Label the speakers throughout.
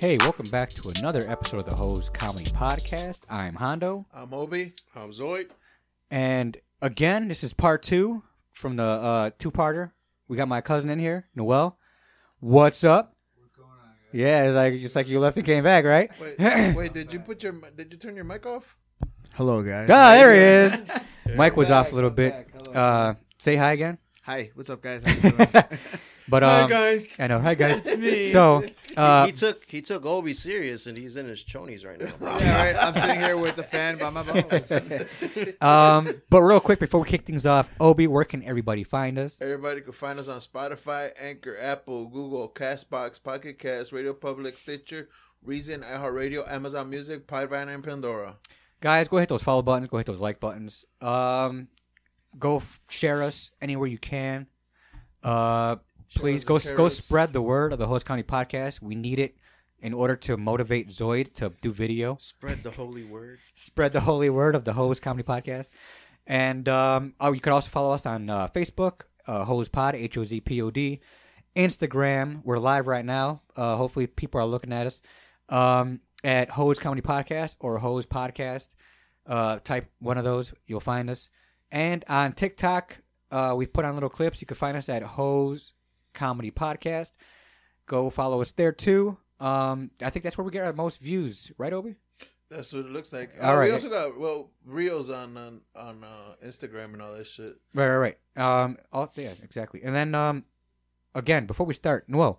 Speaker 1: Hey, welcome back to another episode of the Hose Comedy Podcast. I'm Hondo,
Speaker 2: I'm Obi. I'm Zoid.
Speaker 1: and again, this is part two from the uh, two-parter. We got my cousin in here, Noel. What's up? What's going on? Yeah, it's like it's like you left and came back, right?
Speaker 2: Wait, wait. Did you put your? mi- Did you turn your mic off?
Speaker 3: Hello, guys.
Speaker 1: Ah, there he is. Mike was off a little bit. Uh, say hi again.
Speaker 3: Hi, what's up, guys? How you doing?
Speaker 1: But um,
Speaker 2: guys.
Speaker 1: I know. Hi guys. So, uh,
Speaker 4: he took he took Obi serious and he's in his chonies right now. bro.
Speaker 3: yeah, right. I'm sitting here with the fan by my balls.
Speaker 1: um, but real quick before we kick things off, Obi, where can everybody find us?
Speaker 2: Everybody can find us on Spotify, Anchor, Apple, Google, Castbox, Pocket Cast, Radio Public, Stitcher, Reason, iHeartRadio, Amazon Music, Podvine, and Pandora.
Speaker 1: guys go hit those follow buttons go hit those like buttons um go f- share us anywhere you can uh please
Speaker 2: us
Speaker 1: go
Speaker 2: and
Speaker 1: s-
Speaker 2: share
Speaker 1: go
Speaker 2: us.
Speaker 1: spread the word of the host county podcast we need it in order to motivate zoid to do video
Speaker 4: Spread the holy word.
Speaker 1: spread the holy word of the hose comedy podcast and um oh you can also follow us on uh facebook uh hose pod h-o-z-p-o-d instagram we're live right now uh hopefully people are looking at us um at hose comedy podcast or hose podcast uh, type one of those, you'll find us. And on TikTok, uh, we put on little clips. You can find us at Hose Comedy Podcast. Go follow us there too. Um, I think that's where we get our most views, right, Obi?
Speaker 2: That's what it looks like.
Speaker 1: All
Speaker 2: Uh,
Speaker 1: right.
Speaker 2: We also got well reels on on, on uh, Instagram and all that shit.
Speaker 1: Right, right, right. Um, all, yeah, exactly. And then, um, again, before we start, Noel,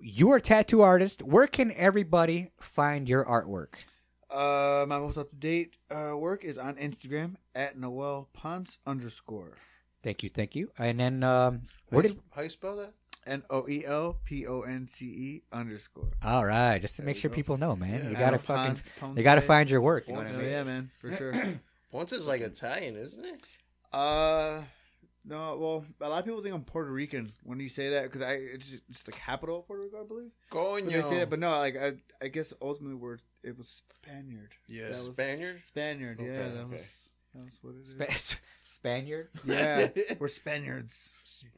Speaker 1: you're a tattoo artist. Where can everybody find your artwork?
Speaker 3: Uh, my most up to date uh, work is on Instagram at Noel Ponce underscore
Speaker 1: Thank you, thank you. And then, um, where
Speaker 2: how,
Speaker 1: did?
Speaker 2: you, how you spell that?
Speaker 3: N O E L P O N C E underscore.
Speaker 1: All right, just to
Speaker 3: There
Speaker 1: make
Speaker 3: you
Speaker 1: sure
Speaker 3: go.
Speaker 1: people know, man.
Speaker 2: Yeah.
Speaker 1: you gotta
Speaker 3: At
Speaker 1: fucking,
Speaker 3: Ponce, Ponce.
Speaker 1: you gotta find your work. You know what I
Speaker 2: Ponce.
Speaker 3: Oh,
Speaker 1: mean?
Speaker 3: yeah, man, for sure.
Speaker 4: Once is like Italian, isn't it?
Speaker 3: Uh, no, well, a lot of people think I'm Puerto Rican when you say that because I it's, it's the capital of Puerto Rico, I believe. But
Speaker 2: Coño.
Speaker 3: they say that, but no, like I, I guess ultimately we're it was Spaniard.
Speaker 2: yes.
Speaker 3: that was-
Speaker 4: Spaniard.
Speaker 3: Spaniard,
Speaker 2: Okay,
Speaker 3: yeah, that
Speaker 2: okay.
Speaker 3: was that was what it is.
Speaker 1: Spa- Spaniard.
Speaker 3: yeah, we're Spaniards.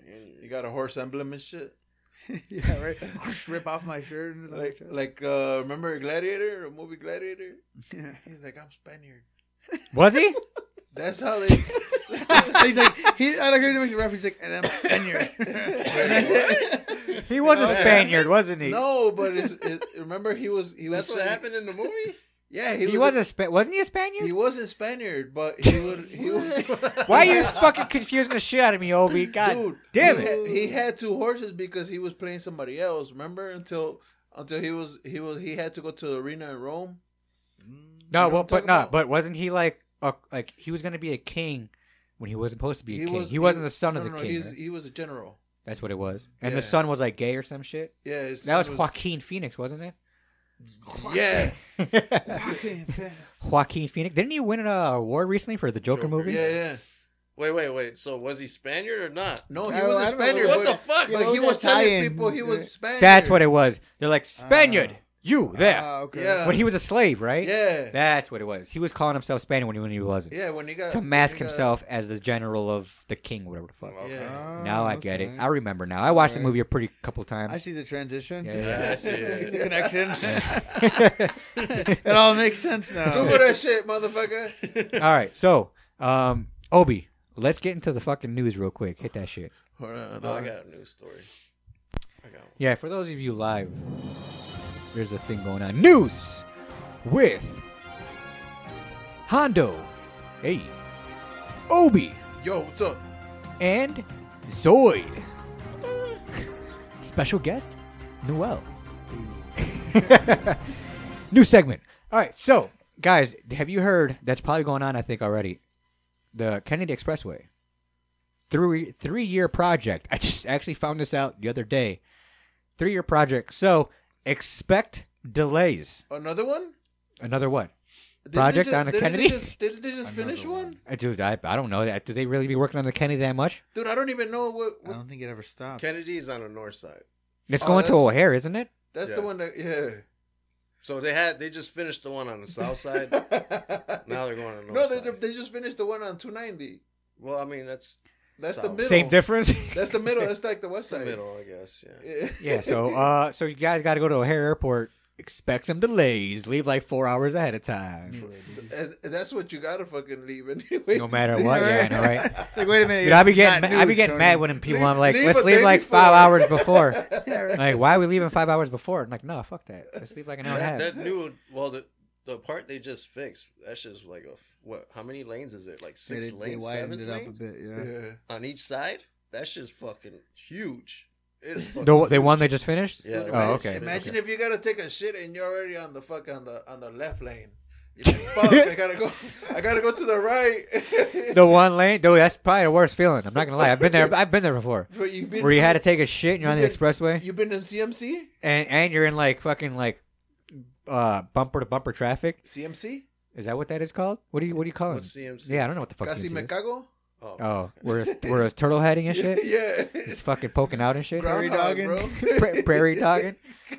Speaker 2: you got a horse emblem and shit.
Speaker 3: yeah, right. Rip off my shirt and
Speaker 2: Like
Speaker 3: like,
Speaker 2: like uh, remember Gladiator, the movie Gladiator?
Speaker 3: yeah.
Speaker 2: He's like I'm Spaniard.
Speaker 1: Was he?
Speaker 2: That's how they.
Speaker 3: he's like he. I like he makes a reference like, and I'm Spaniard.
Speaker 1: He was a
Speaker 2: No.
Speaker 1: Spaniard, wasn't he?
Speaker 2: no, but it's, it, remember he was he was
Speaker 4: That's what happened in the movie.
Speaker 2: Yeah, he,
Speaker 1: he, was,
Speaker 2: was,
Speaker 1: a Spa- wasn't he a Spaniard?
Speaker 2: he wasn't Spaniard, but he would. He would
Speaker 1: Why are you fucking confusing the shit out of me, Obi? God
Speaker 2: Dude,
Speaker 1: damn
Speaker 2: he
Speaker 1: it!
Speaker 2: Had, he had two horses because he was playing somebody else. Remember until until he was he was he had to go to the arena in Rome.
Speaker 1: No,
Speaker 2: you know
Speaker 1: well,
Speaker 2: what I'm
Speaker 1: but
Speaker 2: talking
Speaker 1: not.
Speaker 2: about?
Speaker 1: But wasn't he like a, like he was gonna be a king when he wasn't supposed to be a king? he
Speaker 2: was-
Speaker 1: wasn't the son of the
Speaker 2: no, no, no,
Speaker 1: king.
Speaker 2: he's-
Speaker 1: right?
Speaker 2: He was a general.
Speaker 1: That's what it was. And
Speaker 2: Yeah.
Speaker 1: the son was like gay or some shit.
Speaker 2: Yeah, his
Speaker 1: That was,
Speaker 2: son
Speaker 1: Joaquin Phoenix, wasn't
Speaker 2: Yeah,
Speaker 1: it?
Speaker 3: Fucking fast.
Speaker 1: Joaquin Phoenix. Didn't he win an uh, award recently for the Joker,
Speaker 4: Joker,
Speaker 1: movie?
Speaker 2: yeah, yeah.
Speaker 4: Wait, wait, wait. So was he Spaniard or not?
Speaker 2: No, he
Speaker 3: I- I
Speaker 2: was a
Speaker 3: don't know.
Speaker 2: Spaniard.
Speaker 4: What
Speaker 2: but-
Speaker 4: the fuck?
Speaker 3: Yeah,
Speaker 2: But
Speaker 3: what
Speaker 2: he
Speaker 3: was
Speaker 2: was
Speaker 3: that
Speaker 2: telling
Speaker 3: tie-in?
Speaker 2: people he
Speaker 3: Yeah.
Speaker 2: was Spaniard.
Speaker 1: That's what it was. They're
Speaker 2: Uh,
Speaker 1: like Spaniard,
Speaker 3: Ah.
Speaker 1: you there.
Speaker 3: Ah, okay.
Speaker 2: Yeah.
Speaker 1: when he was a slave, right?
Speaker 2: uh, Yeah,
Speaker 1: That's what it was. He was calling himself Spaniard when he, when he wasn't.
Speaker 2: yeah. Oh, When he got
Speaker 1: To mask
Speaker 2: when he got-
Speaker 1: himself as the general of the king, whatever the fuck.
Speaker 4: Okay.
Speaker 2: Yeah.
Speaker 3: Ah,
Speaker 1: now I get
Speaker 3: okay.
Speaker 1: it. I remember now. I watched the
Speaker 3: Alright.
Speaker 1: movie a pretty couple times.
Speaker 3: I see the transition.
Speaker 1: Yeah, yeah.
Speaker 4: Yes,
Speaker 3: I see the
Speaker 4: yeah.
Speaker 3: connection. it
Speaker 1: All
Speaker 3: all makes sense now.
Speaker 2: Google that shit, motherfucker.
Speaker 1: right, so um, Obi, let's get into the fucking news real quick. Hit that shit.
Speaker 2: Hold on, hold
Speaker 4: Oh, I
Speaker 2: on.
Speaker 4: got a news story. I got one.
Speaker 1: Yeah, for those of you live, there's a thing going on. News with Hondo, hey, Obi,
Speaker 2: Yo, what's up?
Speaker 1: and Zoid. Special guest, Noel. New segment. All right, so guys, have you heard? That's probably going on. I think already. The Kennedy Expressway, three three year project. I just actually found this out the other day. Three year project. So expect delays.
Speaker 2: Another one?
Speaker 1: Another what?
Speaker 2: Didn't
Speaker 1: Project
Speaker 2: they ju-
Speaker 1: on a
Speaker 2: didn't
Speaker 1: Kennedy?
Speaker 2: They just, didn't they just finish one?
Speaker 1: Uh, Dude, I, I don't know that. Do they really be working on the Kennedy that much?
Speaker 2: Dude, I don't even know what.
Speaker 3: I
Speaker 2: what
Speaker 3: don't think it ever stops.
Speaker 4: Kennedy's on the north side.
Speaker 1: It's
Speaker 2: Oh,
Speaker 1: going to
Speaker 2: that's-
Speaker 1: O'Hare, isn't it?
Speaker 2: that's
Speaker 4: Yeah.
Speaker 2: the one that. Yeah.
Speaker 4: So they had they just finished the one on the south side. now now they're going on the
Speaker 2: No,
Speaker 4: north
Speaker 2: they,
Speaker 4: side.
Speaker 2: they just finished the one on 290.
Speaker 4: Well, I mean that's
Speaker 2: That's the
Speaker 4: South.
Speaker 2: middle.
Speaker 1: Same difference.
Speaker 2: That's the middle. That's like the west
Speaker 4: that's the
Speaker 2: side.
Speaker 4: middle, I guess. Yeah.
Speaker 2: Yeah.
Speaker 1: yeah. So, uh, so you guys got to go to O'Hare Airport. Expect some delays. Leave like four hours ahead of time.
Speaker 2: And- and that's what you gotta fucking leave anyway.
Speaker 1: No matter what, yeah, I know, right?
Speaker 3: Like, wait a minute.
Speaker 1: Dude, I be
Speaker 3: it's
Speaker 1: getting
Speaker 3: not
Speaker 1: ma- I be
Speaker 3: news,
Speaker 1: getting
Speaker 3: Tony.
Speaker 1: mad when people. I'm like,
Speaker 2: leave
Speaker 1: let's
Speaker 2: a
Speaker 1: leave
Speaker 2: day
Speaker 1: like
Speaker 2: before."
Speaker 1: five hours before.
Speaker 3: Yeah, right.
Speaker 1: like, why are we leaving five hours before? I'm like, no, fuck that. Let's leave like an hour and a
Speaker 4: That,
Speaker 1: half.
Speaker 4: that new well the the part they just fixed that's just like a, f- what how many lanes is it like
Speaker 3: Yeah,
Speaker 4: six
Speaker 3: they- they
Speaker 4: lanes seven
Speaker 3: widened it up a
Speaker 4: lanes
Speaker 3: bit. Yeah.
Speaker 2: Yeah.
Speaker 4: on each side that's just fucking huge it's fucking
Speaker 1: the, the
Speaker 4: huge.
Speaker 1: one they just finished.
Speaker 4: yeah
Speaker 2: Dude,
Speaker 1: Oh,
Speaker 2: imagine-
Speaker 1: okay.
Speaker 2: Imagine if you gotta take a shit and you're already on the fuck on the on the left lane. You're like, fuck, I gotta go. I gotta go to the right.
Speaker 1: The one lane, dude. That's probably the worst feeling. I'm not gonna lie. I've been there. I've been there before.
Speaker 2: But you've been
Speaker 1: Where you had to
Speaker 2: to
Speaker 1: take a shit and you're on the
Speaker 2: You've been-
Speaker 1: expressway,
Speaker 2: You've been in CMC?
Speaker 1: and and you're in like fucking like uh bumper to bumper traffic.
Speaker 2: CMC?
Speaker 1: Is that what that is called? What do you what do you call it?
Speaker 4: what's CMC
Speaker 1: Yeah, I don't know what the fuck.
Speaker 2: Casi
Speaker 1: CMC
Speaker 2: me
Speaker 1: is.
Speaker 2: cago?
Speaker 4: oh,
Speaker 1: Oh, where is where is turtle heading and shit?
Speaker 2: yeah.
Speaker 1: Just fucking poking out and shit.
Speaker 3: Prairie
Speaker 2: Groundhog,
Speaker 3: dogging.
Speaker 2: bro.
Speaker 1: Pra- prairie dogging,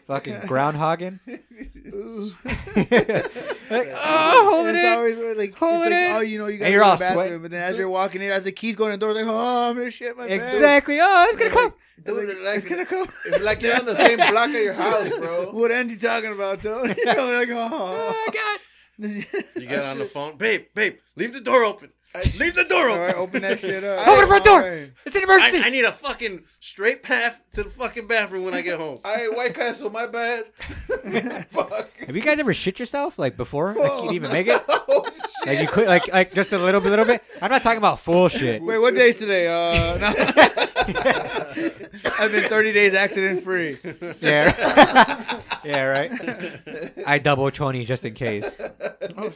Speaker 1: fucking groundhogging. like, oh, hold it
Speaker 3: it's
Speaker 1: in.
Speaker 3: always where, like,
Speaker 1: Hold
Speaker 3: it's
Speaker 1: it
Speaker 3: like,
Speaker 1: in.
Speaker 3: oh, you know, you got
Speaker 1: you're
Speaker 3: to
Speaker 1: all
Speaker 3: the bathroom,
Speaker 1: sweat-
Speaker 3: but then as you're walking in, as the keys going in the door, like, oh, I'm gonna shit my pants.
Speaker 1: Exactly. Oh, it's gonna come.
Speaker 2: Dude,
Speaker 3: It's
Speaker 2: like,
Speaker 3: like, it's gonna come.
Speaker 2: if, like you're on the same block of your house, bro.
Speaker 3: What end you talking about, Tony? I'm like,
Speaker 1: Oh
Speaker 3: oh.
Speaker 1: my god.
Speaker 4: you get on the phone babe babe leave the door open leave the door
Speaker 3: All
Speaker 4: open
Speaker 3: right, open that shit up.
Speaker 1: Open the front door.
Speaker 3: All right.
Speaker 1: It's an
Speaker 4: I,
Speaker 1: emergency.
Speaker 4: I need a fucking straight path to the fucking bathroom when I get home
Speaker 2: I White Castle, my bad. Fuck.
Speaker 1: Have you guys ever shit yourself like before? Like you didn't even make it.
Speaker 2: Oh shit.
Speaker 1: Like you could like like just a little bit, little bit. I'm not talking about full shit.
Speaker 3: Wait, what day's today? Uh, no. I've been 30 days accident free.
Speaker 1: Yeah. yeah. Right. I double chony just in case. Oh,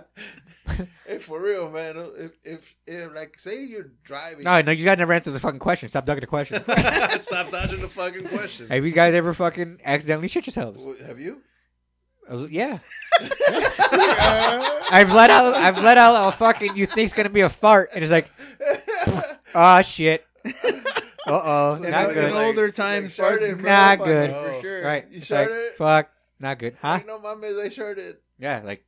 Speaker 2: hey, for real, man. If, if if like say you're driving,
Speaker 1: No, no, you guys never answered the fucking question. Stop ducking the question.
Speaker 4: stop dodging the fucking question
Speaker 1: Have you guys ever fucking accidentally shit yourselves?
Speaker 2: W- have you?
Speaker 1: I was- yeah. I've let out. I've let out a fucking. You think's gonna be a fart, and it's like, ah, shit. Uh oh,
Speaker 2: So now
Speaker 1: not
Speaker 2: it's
Speaker 1: good.
Speaker 3: In
Speaker 2: Like-
Speaker 3: older times,
Speaker 2: like
Speaker 3: farts
Speaker 2: Chardonnay.
Speaker 3: can grow up
Speaker 1: Nah,
Speaker 3: on you,
Speaker 1: good.
Speaker 3: for sure.
Speaker 1: Right?
Speaker 2: You
Speaker 1: It's
Speaker 2: sure
Speaker 1: like,
Speaker 2: did?
Speaker 1: fuck, not good, huh?
Speaker 2: Ain't no mames, I sure did.
Speaker 1: Yeah, like,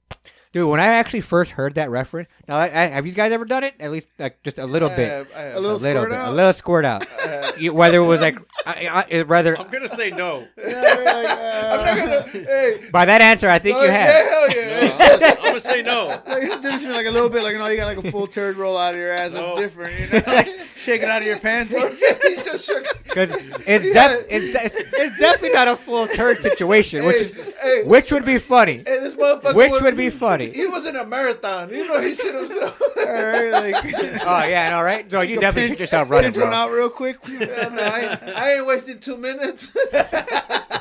Speaker 1: dude. When I actually first heard that reference, now I, I, have you guys ever done it? At least like just a little
Speaker 2: I
Speaker 1: bit,
Speaker 2: have- I have.
Speaker 3: A little squirt
Speaker 1: bit, a
Speaker 3: out? Uh,
Speaker 1: little squirt out.
Speaker 2: I have.
Speaker 1: You- whether it was like, I, I, it- rather
Speaker 4: I'm gonna say no
Speaker 3: Yeah, we're like, uh,
Speaker 2: I'm not gonna. Hey,
Speaker 1: by that answer, I think
Speaker 2: sorry,
Speaker 1: you
Speaker 2: yeah,
Speaker 1: have.
Speaker 2: hell
Speaker 4: No,
Speaker 2: yeah.
Speaker 4: I'm gonna say- I'm gonna say no
Speaker 3: Like, it's different, like a little bit, like you know, you got like a full turd roll out of your ass. That's
Speaker 4: No.
Speaker 3: different, you know, like, shaking out of your pants.
Speaker 2: he just shook.
Speaker 1: Because it's,
Speaker 2: Yeah.
Speaker 1: def- it's, de- it's, it's definitely not a full turd situation,
Speaker 2: Hey,
Speaker 1: which
Speaker 2: hey,
Speaker 1: which would be funny.
Speaker 2: hey, this motherfucker.
Speaker 1: Which
Speaker 2: was-
Speaker 1: would be funny?
Speaker 2: He was in a marathon. You know he shit himself.
Speaker 3: All right, like,
Speaker 1: Oh yeah, all right. So you definitely shit
Speaker 3: pinch-
Speaker 1: yourself running,
Speaker 3: pinch one
Speaker 1: bro.
Speaker 3: out real quick.
Speaker 2: Yeah, no, I, ain't- I ain't wasted two minutes.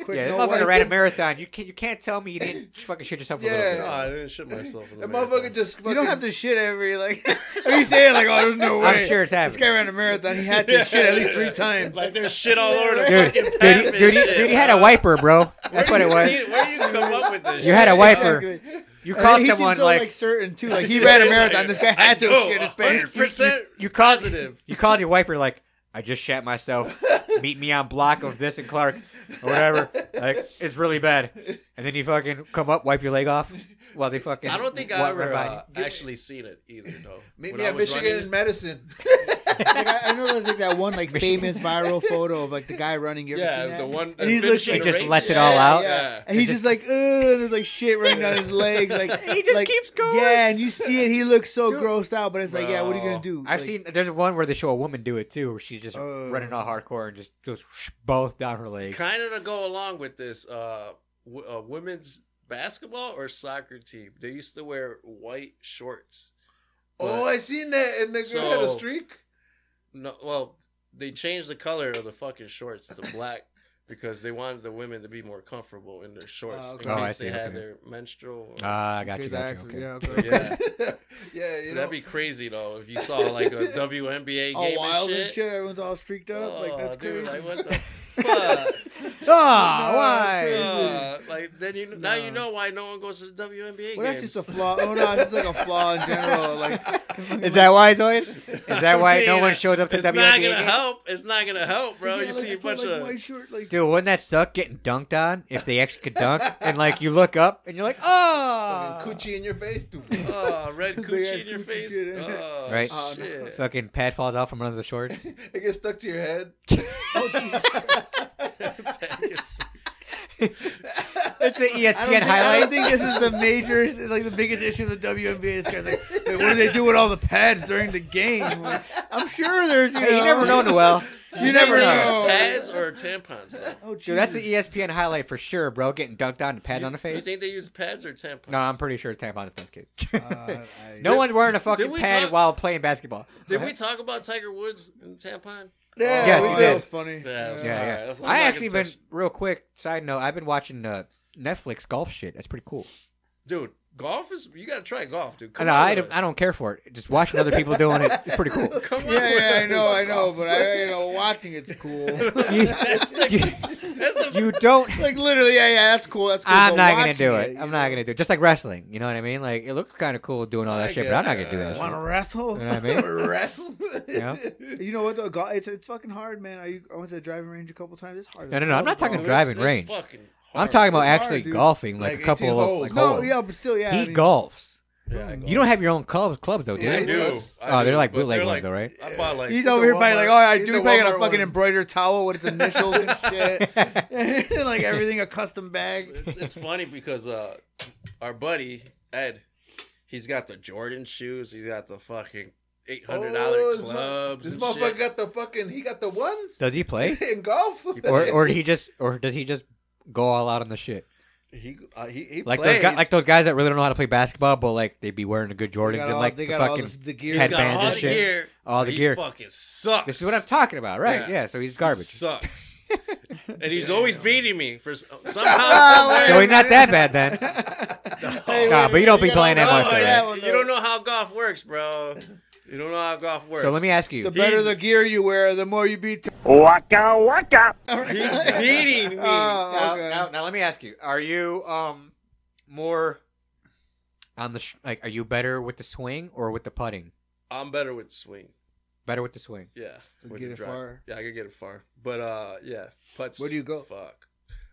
Speaker 3: Quick,
Speaker 1: Yeah, this
Speaker 3: no
Speaker 1: motherfucker
Speaker 3: wipe.
Speaker 1: ran a marathon. You can't you can't tell me you didn't fucking shit yourself a
Speaker 2: Yeah.
Speaker 4: No,
Speaker 1: little
Speaker 3: Oh,
Speaker 4: I didn't shit myself in the
Speaker 2: That marathon. motherfucker
Speaker 4: marathon.
Speaker 2: just.
Speaker 3: You don't have to shit every like. Are you saying like, oh, there's no
Speaker 1: bit.
Speaker 3: way?
Speaker 1: I'm sure it's
Speaker 3: This
Speaker 1: happening.
Speaker 3: guy ran a marathon. He had to shit at least three times.
Speaker 4: Like there's shit all over the
Speaker 1: Dude,
Speaker 4: fucking
Speaker 1: dude,
Speaker 4: pavement.
Speaker 1: dude, dude,
Speaker 4: shit.
Speaker 1: dude, you had a wiper, bro. That's what it
Speaker 4: Where
Speaker 1: was.
Speaker 4: do you see- Where do you come up with this?
Speaker 1: You had a
Speaker 4: shit?
Speaker 1: wiper.
Speaker 3: Exactly.
Speaker 1: You
Speaker 3: And
Speaker 1: called
Speaker 3: he seems
Speaker 1: someone
Speaker 3: so,
Speaker 1: like,
Speaker 3: certain too. Like he ran a
Speaker 4: Like,
Speaker 3: marathon. This guy had to
Speaker 4: I know,
Speaker 3: have shit his pants.
Speaker 4: 100%
Speaker 1: you called
Speaker 4: positive.
Speaker 1: you called your wiper like I just shat myself. Meet me on block of this and Clark or whatever. Like it's really bad. And then you fucking come up, wipe your leg off while they fucking.
Speaker 4: I don't think
Speaker 1: wa-
Speaker 4: I ever
Speaker 1: run by
Speaker 4: uh, actually seen it either, though.
Speaker 2: Meet
Speaker 4: When
Speaker 2: me
Speaker 4: I
Speaker 2: at
Speaker 4: was
Speaker 2: Michigan
Speaker 4: running-
Speaker 2: and Madison.
Speaker 3: Like, I, I know there's like that one like famous viral photo of like the guy running. You ever
Speaker 4: Yeah,
Speaker 3: seen that?
Speaker 4: the one.
Speaker 3: And he's
Speaker 4: that finished
Speaker 3: literally-
Speaker 4: the
Speaker 1: He just
Speaker 4: race.
Speaker 1: lets it all
Speaker 4: Yeah,
Speaker 1: out.
Speaker 4: Yeah.
Speaker 3: And he's just, like, ugh, there's like shit running down his legs. Like
Speaker 1: He just
Speaker 3: like-
Speaker 1: keeps going.
Speaker 3: Yeah, and you see it. He looks so
Speaker 1: Dude.
Speaker 3: grossed out, but it's like, yeah, what are you gonna
Speaker 4: Bro.
Speaker 3: do?
Speaker 1: I've
Speaker 3: Like,
Speaker 1: seen there's one where they show a woman do it too, where she's just
Speaker 3: Uh.
Speaker 4: Oh.
Speaker 1: running all hardcore and just goes whoosh, both down her legs.
Speaker 4: Kind of to go along with this, uh, w- uh, women's basketball or soccer team. They used to wear white shorts.
Speaker 2: Oh,
Speaker 4: But-
Speaker 2: I seen that, and the girl had a
Speaker 4: So-
Speaker 2: streak.
Speaker 4: no, well, they changed the color of the fucking shorts to black because they wanted the women to be more comfortable in their shorts
Speaker 3: Oh, okay.
Speaker 4: in
Speaker 3: Oh,
Speaker 4: case
Speaker 1: I
Speaker 4: they
Speaker 1: see,
Speaker 4: had
Speaker 1: okay.
Speaker 4: their menstrual. or-
Speaker 1: Ah, I got you,
Speaker 3: his
Speaker 1: got you.
Speaker 3: accent,
Speaker 1: Okay.
Speaker 3: yeah, okay.
Speaker 4: yeah.
Speaker 2: yeah, you know.
Speaker 4: That'd be crazy though if you saw like a WNBA
Speaker 3: all
Speaker 4: game
Speaker 3: wild
Speaker 4: and shit.
Speaker 3: Everyone's all streaked up. like that's
Speaker 4: Oh, dude,
Speaker 3: crazy.
Speaker 4: like, what the fuck?
Speaker 1: Ah,
Speaker 3: No,
Speaker 1: why?
Speaker 3: it's
Speaker 4: Uh, like then you now you
Speaker 3: No.
Speaker 4: know why no one goes to the WNBA
Speaker 3: Well, that's
Speaker 4: games.
Speaker 3: just a flaw. Oh no, it's just like a flaw in general. Like,
Speaker 1: Is that why, Zoid? Is that why no
Speaker 4: Yeah.
Speaker 1: one shows up to
Speaker 4: it's not
Speaker 1: WNBA
Speaker 4: gonna
Speaker 1: games?
Speaker 4: help. It's not gonna help, bro. you see a bunch of
Speaker 3: white shirt, like
Speaker 1: Dude, wouldn't that suck getting dunked on if they actually could dunk? and like you look up and you're like,
Speaker 3: uh,
Speaker 1: oh,
Speaker 2: Coochie in your face, dude.
Speaker 4: oh, red
Speaker 3: They got
Speaker 4: coochie in your
Speaker 3: coochie
Speaker 4: face.
Speaker 3: shit in it.
Speaker 4: Oh,
Speaker 1: Right.
Speaker 3: Oh, no.
Speaker 4: shit.
Speaker 1: fucking pad falls out from under the shorts.
Speaker 2: it gets stuck to your head.
Speaker 3: oh Jesus Christ.
Speaker 4: It's-
Speaker 1: It's an
Speaker 3: I
Speaker 1: ESPN
Speaker 3: don't, think, I
Speaker 1: highlight.
Speaker 3: don't think this is the major, like the biggest issue of the WNBA. This guy's like, "Wait, what do they do with all the pads during the game? I'm like, I'm sure there's, you,
Speaker 1: hey, you never know, Noel.
Speaker 3: You never
Speaker 4: They
Speaker 3: know.
Speaker 4: use pads or tampons. Now?
Speaker 3: Oh,
Speaker 1: Dude, that's the E
Speaker 3: Jesus.
Speaker 1: ESPN highlight for sure, bro. Getting dunked on, and pad on the
Speaker 4: You
Speaker 1: face.
Speaker 4: think they use pads or tampons?
Speaker 1: No, I'm pretty sure it's tampon defense, kid.
Speaker 3: Uh, I-
Speaker 1: no one's wearing a fucking
Speaker 4: we
Speaker 1: pad
Speaker 4: talk-
Speaker 1: while playing basketball.
Speaker 4: Did we talk about Tiger Woods and tampon?
Speaker 3: Yeah,
Speaker 1: Yes,
Speaker 3: we
Speaker 1: you
Speaker 3: did.
Speaker 1: did.
Speaker 3: That was funny.
Speaker 4: Yeah, it
Speaker 1: Yeah,
Speaker 4: was All
Speaker 1: yeah.
Speaker 4: right, let's- let's
Speaker 1: I
Speaker 4: not
Speaker 1: actually
Speaker 4: get
Speaker 1: been
Speaker 4: touched.
Speaker 1: real quick. Side note: I've been watching uh, Netflix golf shit. That's pretty cool.
Speaker 4: Dude, golf is you gotta try golf, dude.
Speaker 1: I
Speaker 4: Come
Speaker 1: know.
Speaker 4: on
Speaker 1: I
Speaker 4: with
Speaker 1: don't, I
Speaker 4: us.
Speaker 1: don't care for it. Just watching other people doing it, it's pretty cool.
Speaker 4: Come on.
Speaker 3: Yeah, yeah, I
Speaker 4: with
Speaker 3: know,
Speaker 4: us.
Speaker 3: I know, but I, you know, watching it's cool.
Speaker 1: You,
Speaker 4: That's the-
Speaker 1: you-
Speaker 4: That's the
Speaker 1: you don't.
Speaker 3: like literally, yeah, yeah, that's cool. That's cool.
Speaker 1: I'm
Speaker 3: but
Speaker 1: not gonna
Speaker 3: watching
Speaker 1: do it. I'm
Speaker 3: you
Speaker 1: not
Speaker 3: know.
Speaker 1: gonna do it. Just like wrestling. You know what I mean? Like it looks kind of cool doing all that
Speaker 4: I
Speaker 1: shit,
Speaker 4: get
Speaker 1: but I'm not gonna
Speaker 4: it.
Speaker 1: do that.
Speaker 3: Want to
Speaker 1: shit.
Speaker 3: wrestle?
Speaker 1: You know what I mean?
Speaker 2: Wrestle.
Speaker 1: Yeah.
Speaker 3: You know what though? Go- It's it's fucking hard, man. I, I went to the driving range a couple times. It's hard.
Speaker 1: No,
Speaker 3: as
Speaker 1: no, no, I'm
Speaker 3: hell
Speaker 1: not
Speaker 3: to
Speaker 1: talking
Speaker 3: golf.
Speaker 4: It's-
Speaker 1: driving
Speaker 4: it's
Speaker 1: range.
Speaker 4: fucking
Speaker 1: I'm
Speaker 4: hard.
Speaker 1: talking about
Speaker 3: It's hard,
Speaker 1: actually
Speaker 3: dude.
Speaker 1: golfing, like,
Speaker 2: Like
Speaker 1: a couple
Speaker 2: 18
Speaker 1: of
Speaker 2: holes.
Speaker 1: like
Speaker 3: No,
Speaker 1: holes.
Speaker 3: yeah, but still, yeah.
Speaker 1: he
Speaker 3: I mean,
Speaker 1: golfs.
Speaker 4: Yeah, I
Speaker 1: You don't have your own clubs, clubs though, do
Speaker 2: Yeah,
Speaker 4: I
Speaker 1: you?
Speaker 4: do.
Speaker 1: Oh,
Speaker 4: I do,
Speaker 1: they're like
Speaker 4: but
Speaker 1: bootleg
Speaker 4: they're
Speaker 1: ones,
Speaker 4: like-
Speaker 1: though, right?
Speaker 4: I bought like
Speaker 3: He's
Speaker 2: the
Speaker 3: over here by like,
Speaker 2: Walmart-
Speaker 3: oh, I
Speaker 2: he's
Speaker 3: do
Speaker 2: the
Speaker 3: bag a
Speaker 2: Walmart
Speaker 3: fucking
Speaker 2: ones.
Speaker 3: embroidered towel with its initials and shit, like everything a custom bag.
Speaker 4: it's, it's funny because uh our buddy Ed, he's got the Jordan shoes, he's got the fucking eight hundred dollar
Speaker 2: Oh, this mo-
Speaker 4: clubs.
Speaker 2: This
Speaker 4: and
Speaker 2: motherfucker
Speaker 4: shit.
Speaker 2: got the fucking. He got the ones
Speaker 1: Does he play,
Speaker 2: in golf.
Speaker 1: or or he just, or does he just go all out on the shit?
Speaker 4: he, uh, he he
Speaker 1: Like
Speaker 4: plays.
Speaker 1: those guys, like those guys that really don't know how to play basketball, but like they'd be wearing the good
Speaker 3: They
Speaker 1: Jordans
Speaker 3: got
Speaker 1: and
Speaker 3: all-
Speaker 1: like
Speaker 3: they
Speaker 1: the
Speaker 3: got all
Speaker 1: fucking
Speaker 3: this- the
Speaker 4: He's
Speaker 3: gear.
Speaker 4: got
Speaker 1: headbands
Speaker 4: all
Speaker 1: and
Speaker 4: the
Speaker 1: shit.
Speaker 4: gear.
Speaker 1: all the
Speaker 4: he
Speaker 1: gear.
Speaker 4: fucking sucks.
Speaker 1: This is what I'm talking about, right?
Speaker 4: Yeah.
Speaker 1: Yeah. so he's garbage.
Speaker 4: Sucks. and he's always beating me for s-
Speaker 3: Oh,
Speaker 4: somehow. some way.
Speaker 1: So he's not that bad then.
Speaker 3: Hey,
Speaker 1: Nah,
Speaker 3: wait,
Speaker 1: but you don't be playing that
Speaker 4: Oh,
Speaker 1: much.
Speaker 3: yeah,
Speaker 1: though,
Speaker 4: yeah,
Speaker 1: right?
Speaker 3: well,
Speaker 4: You don't know how golf works, bro. You don't know how golf works.
Speaker 1: So let me ask you.
Speaker 3: The better
Speaker 4: He's-
Speaker 3: the gear you wear, the more you beat.
Speaker 5: Waka waka.
Speaker 4: He's beating me.
Speaker 3: Oh,
Speaker 1: now,
Speaker 3: okay.
Speaker 1: now, now let me ask you: Are you um more on the sh- like? Are you better with the swing or with the putting?
Speaker 4: I'm better with swing.
Speaker 1: Better with the swing.
Speaker 4: Yeah,
Speaker 3: Could
Speaker 4: with
Speaker 3: get
Speaker 4: the
Speaker 3: it
Speaker 4: drive.
Speaker 3: far.
Speaker 4: Yeah, I could get it far. But uh, yeah, putts.
Speaker 3: Where do you go?
Speaker 4: Fuck.